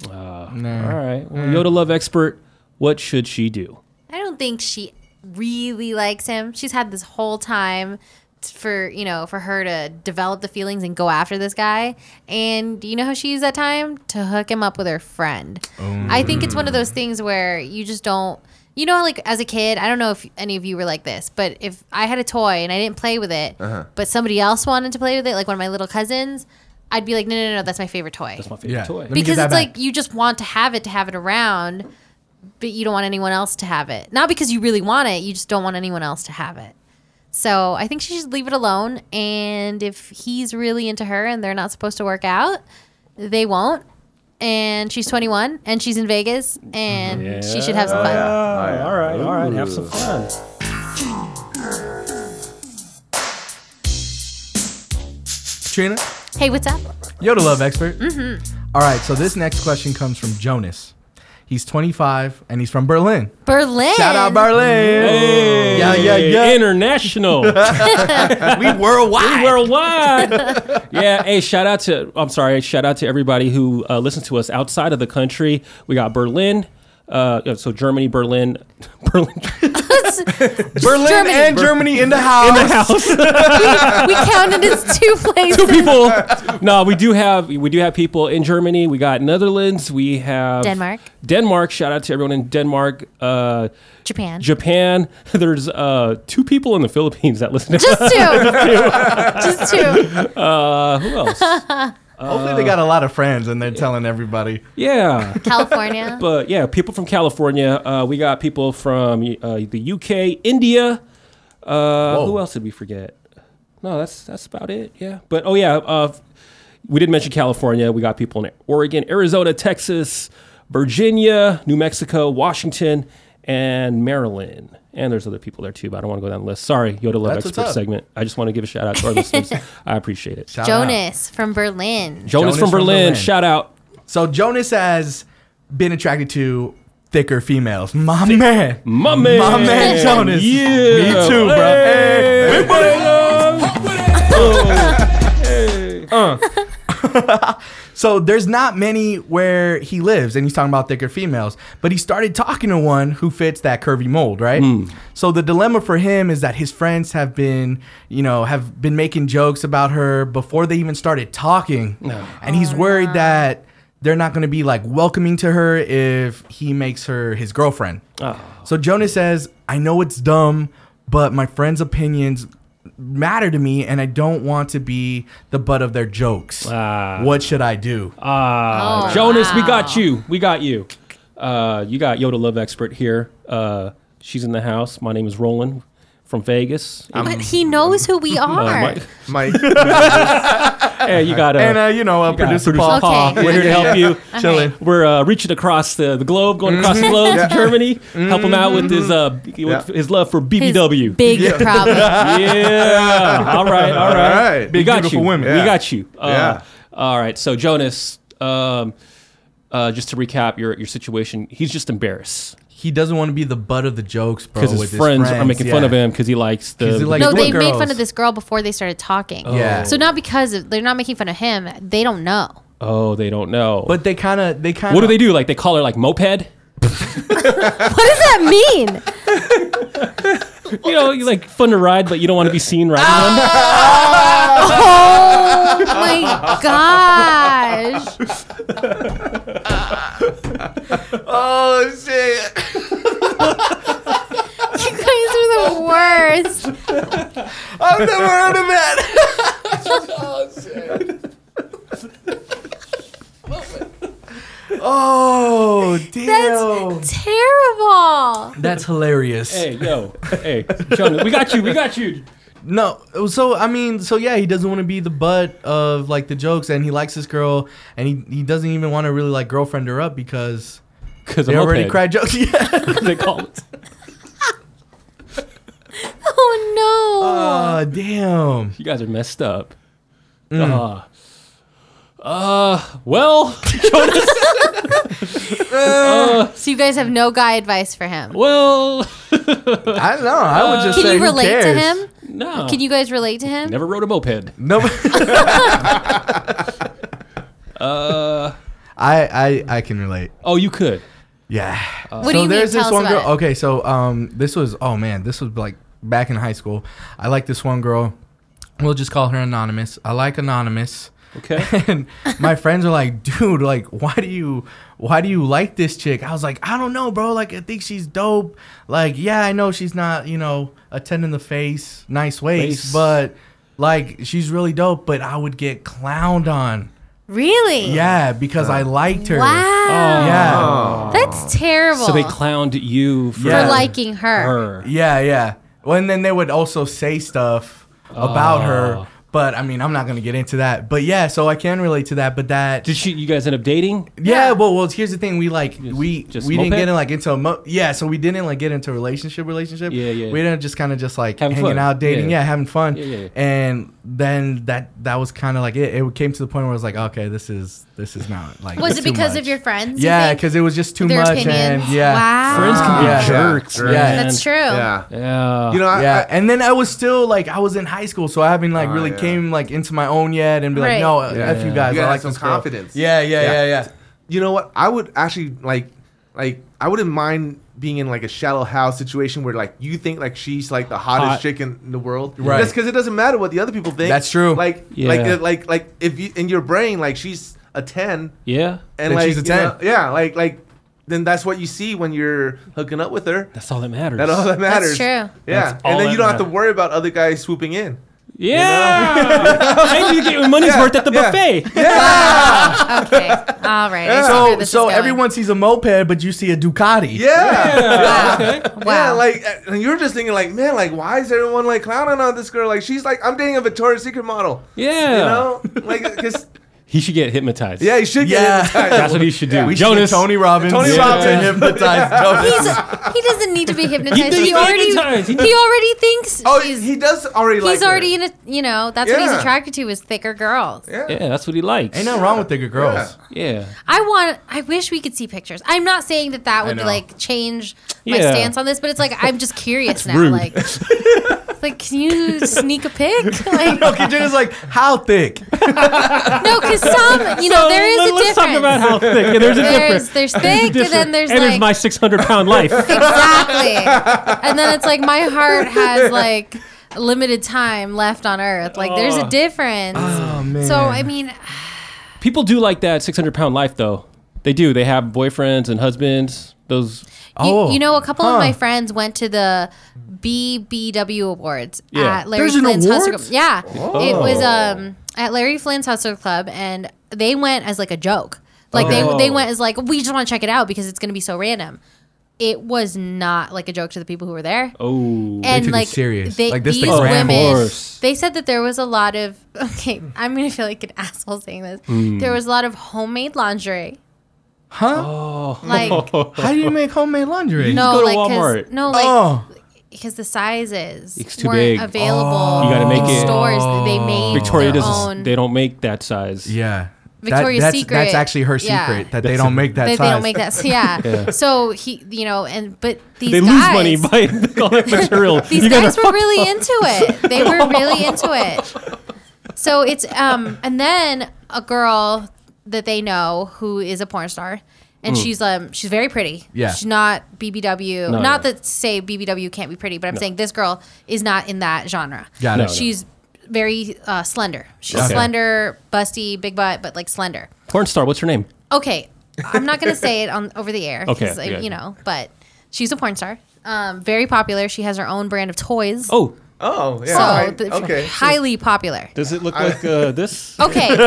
All right,
Mm.
well, Yoda love expert. What should she do?
I don't think she really likes him. She's had this whole time t- for, you know, for her to develop the feelings and go after this guy. And you know how she used that time to hook him up with her friend. I think it's one of those things where you just don't you know, like as a kid, I don't know if any of you were like this, but if I had a toy and I didn't play with it, but somebody else wanted to play with it, like one of my little cousins, I'd be like, no, no, no, that's my favorite toy
That's my favorite
Yeah.
toy.
Let me- get
because
that
it's
back.
like you just want to have it to have it around but you don't want anyone else to have it not because you really want it you just don't want anyone else to have it so i think she should leave it alone and if he's really into her and they're not supposed to work out they won't and she's 21 and she's in vegas and she should have some fun
Ah, All right, all right, have some fun.
Trina,
hey what's up
Yoda love expert. Mm-hmm. right. So this next question comes from Jonas. He's 25 and he's from Berlin.
berlin
Shout out Berlin. Yeah, yeah, yeah.
Hey, International,
we worldwide.
worldwide. yeah. Hey, shout out to. I'm sorry. Shout out to everybody who uh, listens to us outside of the country. We got Berlin. Uh, so Germany, Berlin, Berlin,
Berlin
Germany.
and uh, Germany in the house.
the house.
we counted as two places
two people. no, we do have we do have people in Germany. We got Netherlands. We have
Denmark.
Denmark. Shout out to everyone in Denmark. Uh,
japan
Japan. There's uh, two people in the Philippines that listen to
just two just two
Uh, who else?
Hopefully they got a lot of friends and they're telling everybody.
yeah.
california
But yeah, people from California. Uh, we got people from uh, the UK, India. Uh, who else did we forget? No, that's that's about it. Yeah. But oh yeah, uh, we did mention California. We got people in Oregon, Arizona, Texas, Virginia, New Mexico, Washington, and Maryland. And there's other people there too, but I don't want to go down the list. Sorry, Yoda Love
That's what's
Expert
up.
segment. I just want to give a shout out to our listeners. I appreciate it.
Shout out.
jonas from berlin
Jonas, from, Berlin, shout out.
So Jonas has been attracted to thicker females. My man.
My man.
My man Jonas.
Yeah.
Me too, bro.
Hey.
Hey. Uh.
Everybody love.
So there's not many where he lives, and he's talking about thicker females. But he started talking to one who fits that curvy mold, right? So the dilemma for him is that his friends have been, you know, have been making jokes about her before they even started talking, and he's worried that they're not going to be like welcoming to her if he makes her his girlfriend. So Jonas says, I know it's dumb, but my friend's opinions matter to me and I don't want to be the butt of their jokes. what should I do?
Oh,
Ah, Jonas, we got you. We got you. Uh, you got Yoda Love Expert here. Uh, she's in the house. My name is Roland from Vegas.
but he knows who
Oh,
we are.
Mike. hey, you got uh,
and uh, you know, uh,
got
producer
producer
Paul.
Paul. We're here to help you.
Okay. Chilling.
We're uh, reaching across the, the globe, going across
Mm-hmm.
the globe to Germany. Help him out with his uh, with his love for
His
BBW.
Big problem.
yeah. All right.
All
All right.
right.
We
Big,
got
beautiful
you.
women.
We
Yeah.
got you. Uh,
Yeah.
All right. So Jonas, um, uh, just to recap your your situation, he's just embarrassed
He doesn't want to be the butt of the jokes, bro.
because
Oh, with
his friends, are making fun
yeah.
of him because he likes the. Oh.
'Cause he like-
No,
Look,
they made fun
girls.
of this girl before they started talking.
Yeah.
So not because of, they're not making fun of him, they don't know.
oh, they don't know.
But they kind of, they kind of.
what do they do? Like they call her like moped.
What does that mean?
You know, you like fun to ride, but you don't want to be seen riding one.
Ah!
oh my gosh.
Oh shit!
You guys are the worst.
I've never heard of that.
Oh, damn.
That's terrible.
That's hilarious.
Hey, yo, hey, Jonas, we got you. We got you.
No, so I mean, so yeah, he doesn't want to be the butt of like the jokes, and he likes this girl, and he, he doesn't even want to really like girlfriend her up because
Because
they already cried jokes.
Uh.
Yeah.
they call it.
Oh no.
Oh damn.
You guys are messed up.
Mm.
Uh, uh, well, Jonas,
Uh.
so you guys have no guy advice for him.
well,
I don't know. I would just
Uh. Can
say
you
who
relate to
cares?
him?
no.
Can you guys relate to him?
Never rode a moped.
No.
Uh,
I, I I can relate.
oh, you could.
Yeah.
What do
so
you mean?
there's
Tell
this
us
one
about
girl.
it.
Okay, so um, this was oh man, this was like back in high school. I like this one girl. We'll just call her anonymous. I like anonymous.
Okay.
and my friends are like, dude, like, why do you, why do you like this chick? I was like, I don't know, bro. Like, I think she's dope. Like, yeah, I know she's not, you know, a ten in the face, nice waist,
Face.
but like, she's really dope. But I would get clowned on,
Really?
yeah, because I liked her. Yeah,
Wow. That's terrible.
So they clowned you for,
for
Yeah.
liking her.
her.
yeah, yeah. Well, and then they would also say stuff about her. But I mean, I'm not gonna get into that. But yeah, so I can relate to that. But that
Did she? You guys end up dating?
Yeah, well, well, here's the thing. We like we
just
we
moped?
didn't get in like into a mo- yeah, so we didn't like get into a relationship relationship.
Yeah, yeah.
We didn't just kind of just like
Having
hanging
fun.
out, dating,
Yeah.
yeah, having fun.
Yeah, yeah.
And then that that was kind of like it. It came to the point where I was like, okay, this is this is not like
Was it
too
because
much.
of your friends? you
Yeah,
think?
because it was just too
Their
much
opinions?
and yeah.
Wow.
Friends can be
Yeah.
jerks.
Yeah.
man.
That's true.
Yeah.
Yeah.
You know, I,
Yeah,
I,
and then I was still like I was in high school, so I haven't like really
yeah.
came like into my own yet, and be like,
Right.
no, f you guys,
You gotta
I
have
like
some
this girl.
confidence.
Yeah, yeah, yeah,
Yeah.
yeah.
you know what? I would actually like, like, I wouldn't mind being in like a shallow house situation where like you think like she's like the hottest
Hot.
chick in, in the world,
Right.
That's because it doesn't matter what the other people think.
That's true.
Like,
Yeah.
like, like, like, if you in your brain like she's a ten,
yeah.
and
Then
like
she's a
you
10.
know, yeah, like, like, then that's what you see when you're hooking up with her.
That's all that matters.
That's all that matters.
true.
Yeah,
That's all
and then
that
you don't have to
matters.
worry about other guys swooping in.
yeah. and you get your money's worth at the
yeah.
buffet.
Okay. All right. I see where
So
this is
Oh, so
going.
everyone sees a moped, but you see a Ducati.
Yeah.
Wow.
Yeah,
Wow.
like uh, and you're just thinking like, man, like why is everyone like clowning on this girl? Like she's like, I'm dating a Victoria's Secret model.
Yeah.
You know, like because
He should get hypnotized.
yeah, you should get
Yeah.
hypnotized.
That's what he should do.
We should
Jonas.
get Tony Robbins.
Tony
Yeah.
Robbins.
to hypnotize Jonas.
He's, he doesn't need to be hypnotized.
He
He,
did
already
hypnotize. He
he,
did-
already thinks
Oh,
she's,
he does already like.
he's already in a you know that's what
Yeah.
he's attracted to is thicker girls.
Yeah.
Yeah, that's what he likes.
Ain't nothing wrong with thicker girls.
Yeah.
I want I wish we could see pictures. I'm not saying that that would
know.
like change my
Yeah.
stance on this, but it's like I'm just curious now.
rude.
Like, like can you sneak a pic? Like,
Okay, Jenna's like, how thick?
no, because there's some, you know, Oh, there is a
let's
difference.
talk about how thick. There's a difference.
There's
a
thick, and
difference.
then there's
and
like-
there's my 600 pound life.
exactly. And then it's like my heart has like limited time left on Earth. Like there's
Oh.
a difference. Oh, So I mean,
People do like that 600 pound life though. They do. They have boyfriends and husbands. Those.
You,
Oh,
you know, a couple of my friends went to the BBW Awards
Yeah.
at Larry
There's an
Flynn's Hustler
award?
Club. Yeah, it
Oh.
was um at Larry Flynn's Hustler Club, and they went as like a joke. Like
Okay.
they they
Oh.
went as like we just want to check it out because it's going to be so random. It was not like a joke to the people who were there.
Oh,
and like They, these women, they said that there was a lot of okay. I'm gonna feel like an asshole saying this.
Hmm.
Mm.
There was a lot of homemade lingerie.
Huh?
Like-
how do you make homemade laundry?
No, like 'cause- no, like
Oh.
because the sizes
It's too
weren't
big.
available.
You gotta make
in
it.
Stores that they made
Victoria
their
doesn't.
own.
They don't make that size.
Yeah.
That- Victoria's
that's,
Secret,
That's actually her
yeah.
secret that they don't make that
they,
size.
they don't make that. so Yeah.
Yeah.
So he, you know, and but these
they
guys,
lose money by all that material.
these
You gotta
guys were
fuck
really
up.
into it. They were really into it. So it's um, and then a girl that they know who is a porn star, and
Mm.
she's um, she's very pretty.
Yeah.
she's not BBW.
No,
not
no.
that say BBW can't be pretty, but I'm
No.
saying this girl is not in that genre.
Got it. No, no.
She's very uh, slender. She's
Okay.
slender, busty, big butt, but like slender.
Porn star. What's her name?
Okay, I'm not gonna say it on over the air.
Okay,
'cause, uh,
yeah.
you know, but she's a porn star. Um, very popular. She has her own brand of toys.
Oh.
Oh,
so the- highly popular.
Does it look like uh, this?
Okay, great.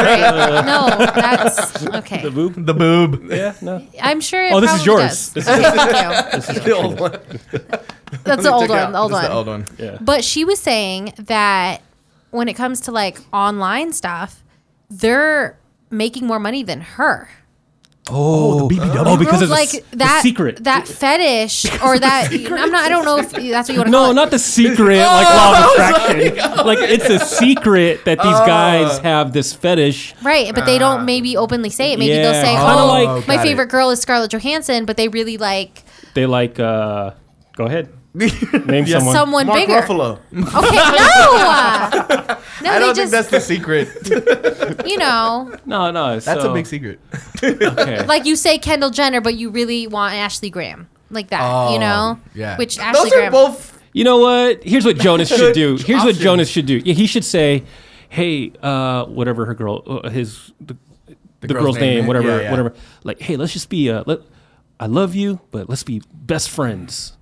no, that's okay.
The boob.
The boob.
Yeah. No.
I'm sure. It
Oh, this is
probably
yours.
does.
This
Okay,
is-
thank you.
This is
The old one.
That's the old one. The old one.
Yeah.
But she was saying that when it comes to like online stuff, they're making more money than her.
Oh, the BBW. Oh, because of the
like
s- the
that
secret.
that fetish or that I'm not. I don't know if that's what you want to call
No,
it.
not the secret, like
Oh,
law of attraction. Like it's a secret that
Oh.
these guys have this fetish.
Right, but they don't maybe openly say it. Maybe
Ah. Yeah,
they'll say,
kinda
"Oh,
like-
my
Got
favorite girl is Scarlett Johansson," but they really like
They like. uh Go ahead. Name someone.
someone bigger. Okay, no, no,
I
they
don't think
just
that's the secret.
you know,
No, no.
That's a big
secret.
okay.
like you say Kendall Jenner, but you really want Ashley Graham, like that, you
Oh,
know?
yeah.
Which
Those
Ashley
are
Graham?
both
You know what? Here's what Jonas should
Good
do. Here's what
options.
Jonas should do. Yeah, he should say, "Hey, uh, whatever her girl, uh, his the, the, girl's, name, whatever,
Yeah, yeah.
whatever. Like, hey, let's just be. Uh, let, I love you, but let's be best friends,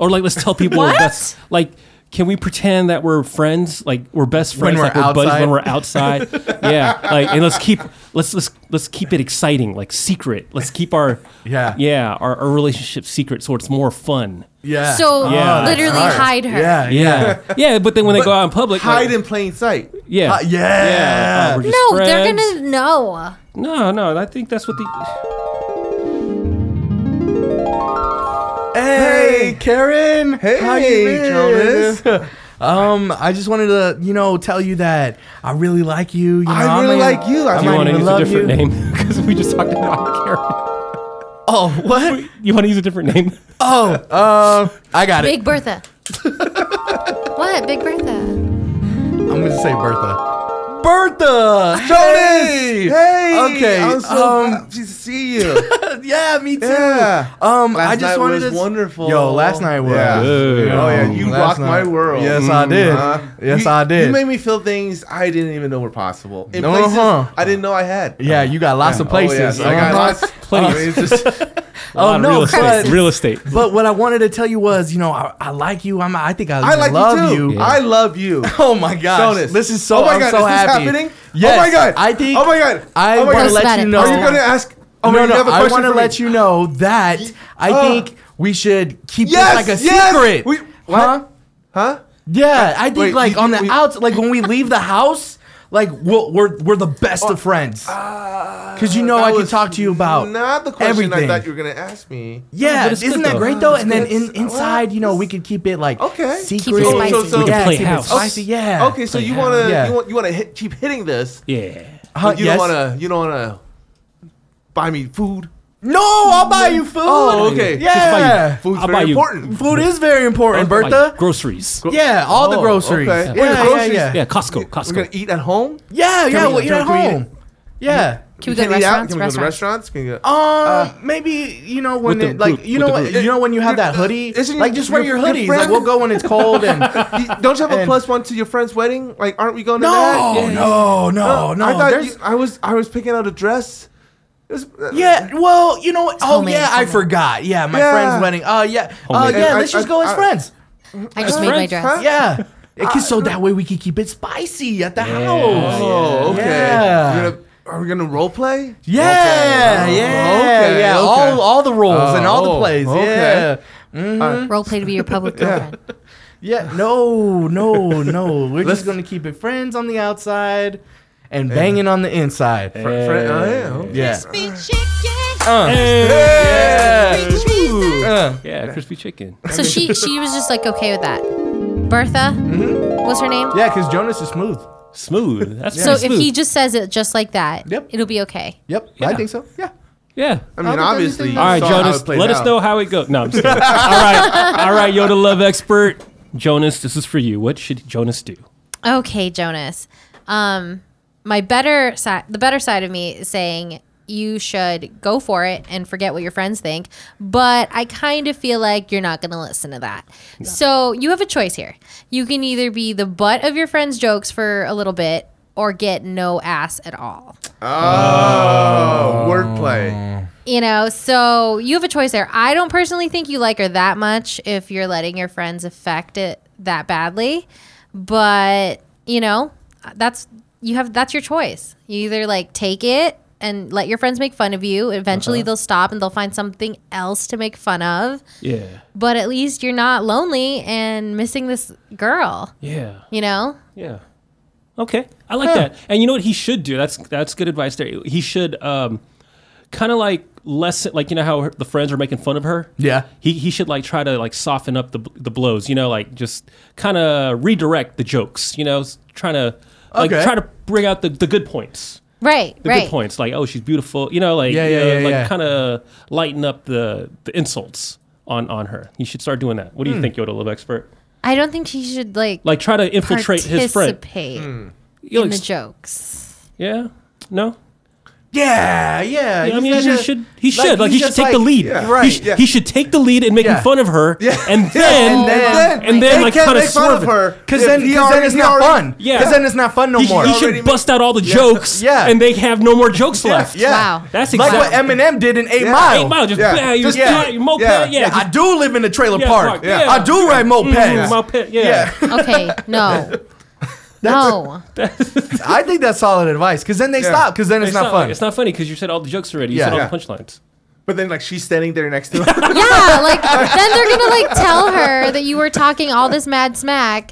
or like let's tell people
What?
that's like." Can we pretend that we're friends? Like we're best
When
friends,
we're
like we're buddies
outside?
when we're outside. yeah, like and let's keep let's let's let's keep it exciting, like secret. Let's keep our
yeah
yeah our, our relationship secret, so it's more fun.
Yeah.
So literally
Oh, that's
hide her.
Yeah, yeah, yeah. But then when they go out in public,
hide
like,
in plain sight.
yeah,
Uh,
Hi- yeah.
uh, we're just
No, they're
friends.
gonna know.
No, no. I think that's what the.
Hey, Karen. Hey, how you been?
Jonas.
Um, I just wanted to, you know, tell you that I really like you. you know,
I really like you. I
might
Do you want to
even
use a
love
different
you.
name? Because we just talked about Karen.
Oh, what?
You want to use a different name?
Oh, uh, I got
Big
it.
Bertha. what? Big Bertha.
I'm gonna say Bertha. Bertha. Hey.
Hey,
Okay.
I'm so
um,
glad to see you.
yeah, me too.
Yeah.
Um,
Last
I just
night
wanted
was
to.
wonderful.
Yo, last night was.
Yeah. Oh yeah, you
Last
rocked my
night-
world.
Yes, I did.
Uh-huh.
Yes,
You-
I did.
You made me feel things I didn't even know were possible. In
No,
places
huh.
I didn't know I had. Oh,
Yeah, you got lots
Yeah.
of places.
Oh, yeah. I got
Uh-huh.
lots-
Places.
I mean, it's just-
A lot of real estate.
Oh, but-
Real estate.
But what I wanted to tell you was, you know, I, I like you. I'm, I think I,
I like you
love
too.
you.
I love you.
Oh my gosh.
Jonas.
This is so.
Oh my
I'm
god,
so
is this
happy.
happening?
Yes.
Oh my god.
I think.
Oh my god.
I
oh my
want
god.
to let you know.
Are you gonna ask? Oh
no,
wait,
no.
you have a
I
question
want to
for me.
let you know that I
Ah.
think we should keep
Yes,
this like a
yes.
secret.
We-
huh?
Huh?
Yeah, I think
Wait,
like
you-
on the
we-
outs, like when we leave the house, like we'll, we're we're the best
Oh,
of friends. Because you know I can talk to you about
uh, Not the question
everything.
I thought you were gonna ask me.
Yeah,
But it's
isn't
good,
that
though.
great though?
It's
And then
good.
in, inside, you know, we could keep it like
Okay.
secret.
We can
yeah,
play
keep it
house.
spicy, yeah.
Okay, so
Play
you
house.
wanna
Yeah.
you want you wanna hit, keep hitting this.
Yeah.
But
Huh,
you
Uh,
don't
yes.
wanna you don't wanna buy me food.
No, I'll buy you food.
Oh, okay.
Yeah. Uh,
Just buy you. Food's
I'll
very
buy you-
important.
Food is very important,
I'll buy
Bertha.
Groceries.
Yeah, all the
Oh,
groceries.
okay.
Yeah,
Wait,
yeah,
groceries?
yeah.
Yeah, Costco.
We're
Costco.
gonna eat at home.
Yeah,
Can
yeah,
we-
we'll eat
can
at
we-
home. Yeah.
Can we go to restaurants?
Can we go to
Restaurants.
restaurants? Can we go?
Uh, maybe you know when
with the
it, like
boot-
you
with
know
the
what,
boot.
you know when you have that hoodie
Isn't
like
your-
just wear uh, your,
your- your
hoodies
friend-
like we'll go when it's cold and
Don't you have a
And-
plus one to your friend's wedding? Like, aren't we going to
No, Oh,
that?
no, no,
Uh,
no,
I thought
there's-
you, I was I was picking out a dress. It was- uh,
yeah well you know what oh
homemade,
yeah
it's
I
homemade.
forgot yeah my
Yeah.
friend's wedding oh yeah oh
Homemade.
yeah
I-
let's
I-
just go as
I-
friends
I just made my dress.
Huh?
yeah It
Uh,
can- so that way we can keep it spicy at the house
Oh, okay.
Yeah.
We're gonna, are we gonna role play?
yeah
Okay.
yeah
Okay, okay.
yeah all all the roles and all
Oh,
the plays
okay.
yeah.
Role play to be your public girlfriend.
Yeah, no, no, no. We're
Let's-
just gonna keep it friends on the outside and banging on the inside.
Fr- fr- oh, yeah, okay.
yeah.
Uh,
Yeah.
Ooh.
Uh.
yeah, crispy chicken.
So she she was just like okay with that. Bertha, what's her name?
Yeah, because Jonas is smooth.
Smooth. That's
So
pretty
if he
smooth.
just says it just like that,
Yep.
it'll be okay.
Yep, I think so. Yeah.
yeah.
I mean,
think
obviously.
everything
you
All right,
saw how
Jonas.
it played
Let us
out.
know how it goes. No, I'm just kidding. all right, all right, Yoda love expert Jonas. This is for you. What should Jonas do?
Okay, Jonas. Um, my better side, the better side of me is saying you should go for it and forget what your friends think. But I kind of feel like you're not going to listen to that. So you have a choice here. You can either be the butt of your friends' jokes for a little bit or get no ass at all.
Oh, wordplay.
You know, so you have a choice there. I don't personally think you like her that much if you're letting your friends affect it that badly, but you know, that's you have that's your choice. You either like take it and let your friends make fun of you. Eventually,
Uh-huh.
they'll stop and they'll find something else to make fun of.
Yeah,
But at least you're not lonely and missing this girl.
yeah,
You know,
yeah. Okay, I like that. And you know what he should do? That's that's good advice there. He should um, kind of like lessen, like you know how her, the friends are making fun of her.
Yeah.
He, he should like try to like soften up the the blows. You know, like just kind of redirect the jokes. You know, s- trying to like
Okay.
try to bring out the, the good points.
right?
the
right.
good points like oh she's beautiful you know like
Yeah,
you
yeah,
know,
yeah,
like
yeah.
kind of lighten up the the insults on on her you should start doing that what do
Hmm.
you think yoda love expert
I don't think she should like
like try to infiltrate his friend Hmm.
participate
You
in
like,
the jokes.
yeah no
Yeah, yeah.
I
you
mean, he
gotta-
should. He should.
like,
Like,
he's
he should
just
take the
like-
lead.
Yeah.
He
Right,
sh- He,
yeah.
should take the lead in making
Yeah.
fun of her, and then
and then-
and then,
they
like
can't
kind of
make fun
swerve
of
it.
her. Because then,
If he
'cause then
already-
it's
he
not
already-
fun.
Yeah.
Because then it's not fun no
He,
more.
he should bust out all the jokes.
Yeah.
and they have no more jokes left.
Yeah.
Wow.
that's
like
exactly
what Eminem did in Eight
Yeah.
Mile.
Eight Mile, just
Yeah.
yeah, you
Just-
yeah,
yeah.
moped,
Yeah.
yeah.
Yeah,
just-
I do live in a trailer
Yeah,
park.
park, yeah.
I do ride mopeds.
mm, moped, yeah.
Yeah.
Okay, no. no.
I think that's solid advice. Because then they stop. Because then it's,
It's
not,
not
fun.
It's not funny because you said all the jokes already. You
Yeah.
said all
Yeah.
the punchlines.
But then, like, she's standing there next to her.
Yeah, like then they're gonna like tell her that you were talking all this mad smack.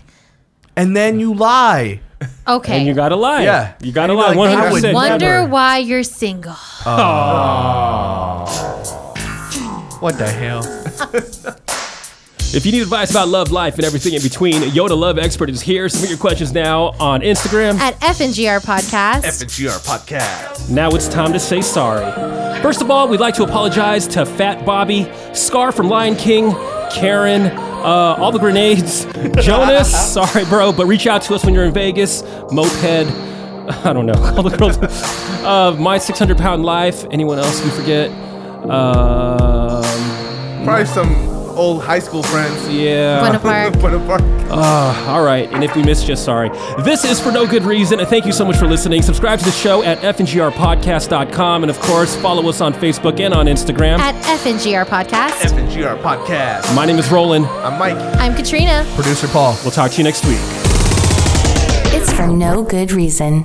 and then you lie.
Okay.
And you gotta lie.
Yeah.
You gotta
And you're
lie.
like,
One hundred
I would
percent.
Wonder
never.
why you're single.
What the hell?
If you need advice about love, life, and everything in between, Yoda Love Expert is here. Submit your questions now on Instagram.
At FNGR Podcast.
Now it's time to say sorry. First of all, we'd like to apologize to Fat Bobby, Scar from Lion King, Karen, uh, all the grenades, Jonas. sorry, bro, but reach out to us when you're in Vegas. Moped, I don't know, all the girls. uh, my 600 pound life. Anyone else we forget? Um,
Probably some old high school friends.
yeah.
Buena Park.
Buena Park.
All right, and if we missed you, sorry. This is for no good reason, and thank you so much for listening. Subscribe to the show at fngrpodcast.com, and of course, follow us on Facebook and on Instagram.
At FNGR Podcast.
and GR Podcast.
My name is Roland.
I'm Mike.
I'm Katrina.
Producer Paul.
We'll talk to you next week.
It's for no good reason.